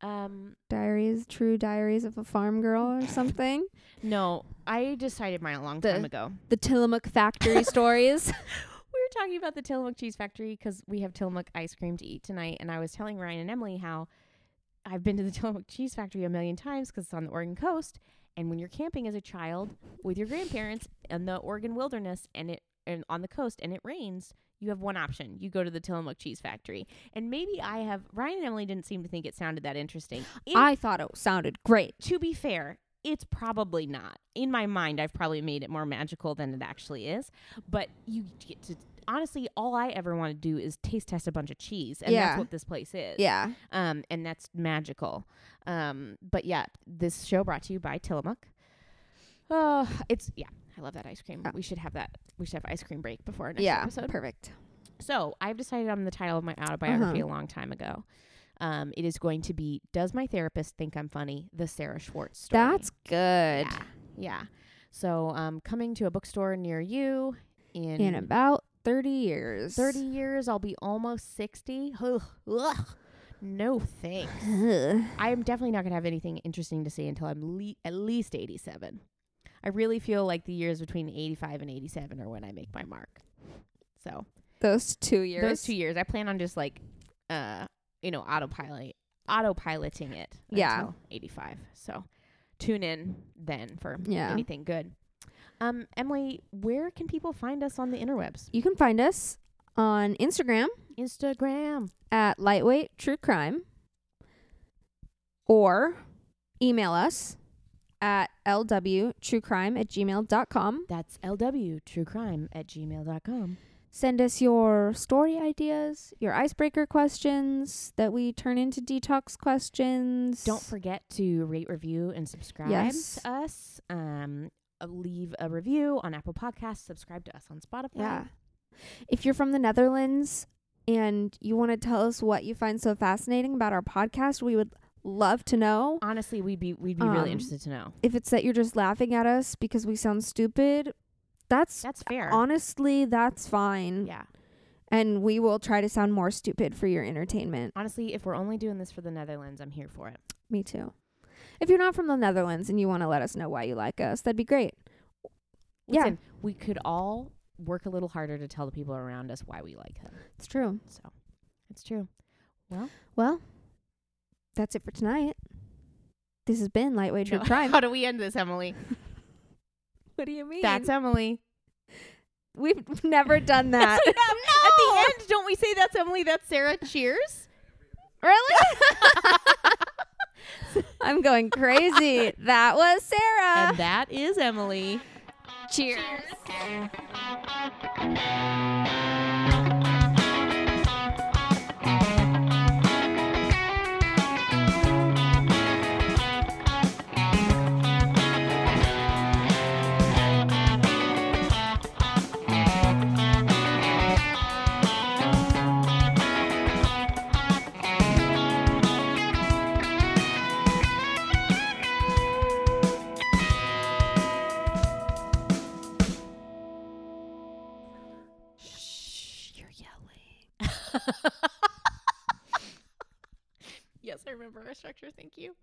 [SPEAKER 2] Um
[SPEAKER 1] Diaries, true diaries of a farm girl or something.
[SPEAKER 2] no, I decided mine a long
[SPEAKER 1] The-
[SPEAKER 2] time ago.
[SPEAKER 1] The Tillamook factory stories.
[SPEAKER 2] We were talking about the Tillamook Cheese Factory because we have Tillamook ice cream to eat tonight, and I was telling Ryan and Emily how I've been to the Tillamook Cheese Factory a million times because it's on the Oregon coast, and when you're camping as a child with your grandparents in the Oregon wilderness and it and on the coast and it rains, you have one option: you go to the Tillamook Cheese Factory. And maybe I have Ryan and Emily didn't seem to think it sounded that interesting. In-
[SPEAKER 1] I thought it sounded great.
[SPEAKER 2] to be fair, it's probably not. In my mind, I've probably made it more magical than it actually is. But you get to honestly, all I ever want to do is taste test a bunch of cheese, and
[SPEAKER 1] Yeah.
[SPEAKER 2] that's what this place is.
[SPEAKER 1] Yeah.
[SPEAKER 2] Um, and that's magical. Um, but yeah, this show brought to you by Tillamook. Oh, it's yeah. I love that ice cream.
[SPEAKER 1] Oh.
[SPEAKER 2] We should have that. We should have ice cream break before our next
[SPEAKER 1] yeah.
[SPEAKER 2] episode.
[SPEAKER 1] Perfect.
[SPEAKER 2] So I've decided on the title of my autobiography
[SPEAKER 1] Uh-huh.
[SPEAKER 2] a long time ago. Um, it is going to be "Does My Therapist Think I'm Funny?" The Sarah Schwartz story.
[SPEAKER 1] That's good.
[SPEAKER 2] Yeah, yeah. So um, coming to a bookstore near you in,
[SPEAKER 1] In about 30 years.
[SPEAKER 2] thirty years, I'll be almost sixty. Ugh, ugh. No thanks.
[SPEAKER 1] Ugh.
[SPEAKER 2] I am definitely not gonna have anything interesting to say until I'm le- at least eighty-seven. I really feel like the years between eighty-five and eighty-seven are when I make my mark. So
[SPEAKER 1] Those two years.
[SPEAKER 2] those two years i plan on just like uh you know autopilot autopiloting it
[SPEAKER 1] Yeah.
[SPEAKER 2] until 85 so tune in then for
[SPEAKER 1] Yeah.
[SPEAKER 2] anything good um emily where can people find us on the interwebs
[SPEAKER 1] You can find us on Instagram
[SPEAKER 2] instagram
[SPEAKER 1] at lightweight true crime or email us at lwtruecrime at gmail.com.
[SPEAKER 2] that's lw true crime at gmail.com
[SPEAKER 1] Send us your story ideas, your icebreaker questions that we turn into detox questions.
[SPEAKER 2] don't forget to rate review and subscribe
[SPEAKER 1] Yes.
[SPEAKER 2] to us um uh, leave a review on apple Podcasts. subscribe to us on spotify
[SPEAKER 1] Yeah. If you're from the Netherlands and you want to tell us what you find so fascinating about our podcast, we would love to know.
[SPEAKER 2] honestly we'd be we'd be
[SPEAKER 1] Um,
[SPEAKER 2] really interested to know
[SPEAKER 1] If it's that you're just laughing at us because we sound stupid, that's,
[SPEAKER 2] that's fair
[SPEAKER 1] honestly that's fine.
[SPEAKER 2] yeah
[SPEAKER 1] And we will try to sound more stupid for your entertainment.
[SPEAKER 2] Honestly, if we're only doing this for the Netherlands, I'm here for it.
[SPEAKER 1] Me too. If you're not from the Netherlands and you want to let us know why you like us, that'd be great. Yeah.
[SPEAKER 2] Listen, we could all work a little harder to tell the people around us why we like them.
[SPEAKER 1] It's true.
[SPEAKER 2] So it's true.
[SPEAKER 1] Well, that's it for tonight. This has been Lightweight True Crime.
[SPEAKER 2] How do we end this, Emily?
[SPEAKER 1] what do you mean?
[SPEAKER 2] That's Emily.
[SPEAKER 1] We've never done that.
[SPEAKER 2] At the end, don't we say that's Emily, that's Sarah? Cheers.
[SPEAKER 1] Really? I'm going crazy. That was Sarah.
[SPEAKER 2] and that is Emily.
[SPEAKER 1] Cheers. Shh, you're yelling.
[SPEAKER 2] Yes, I remember our structure. Thank you.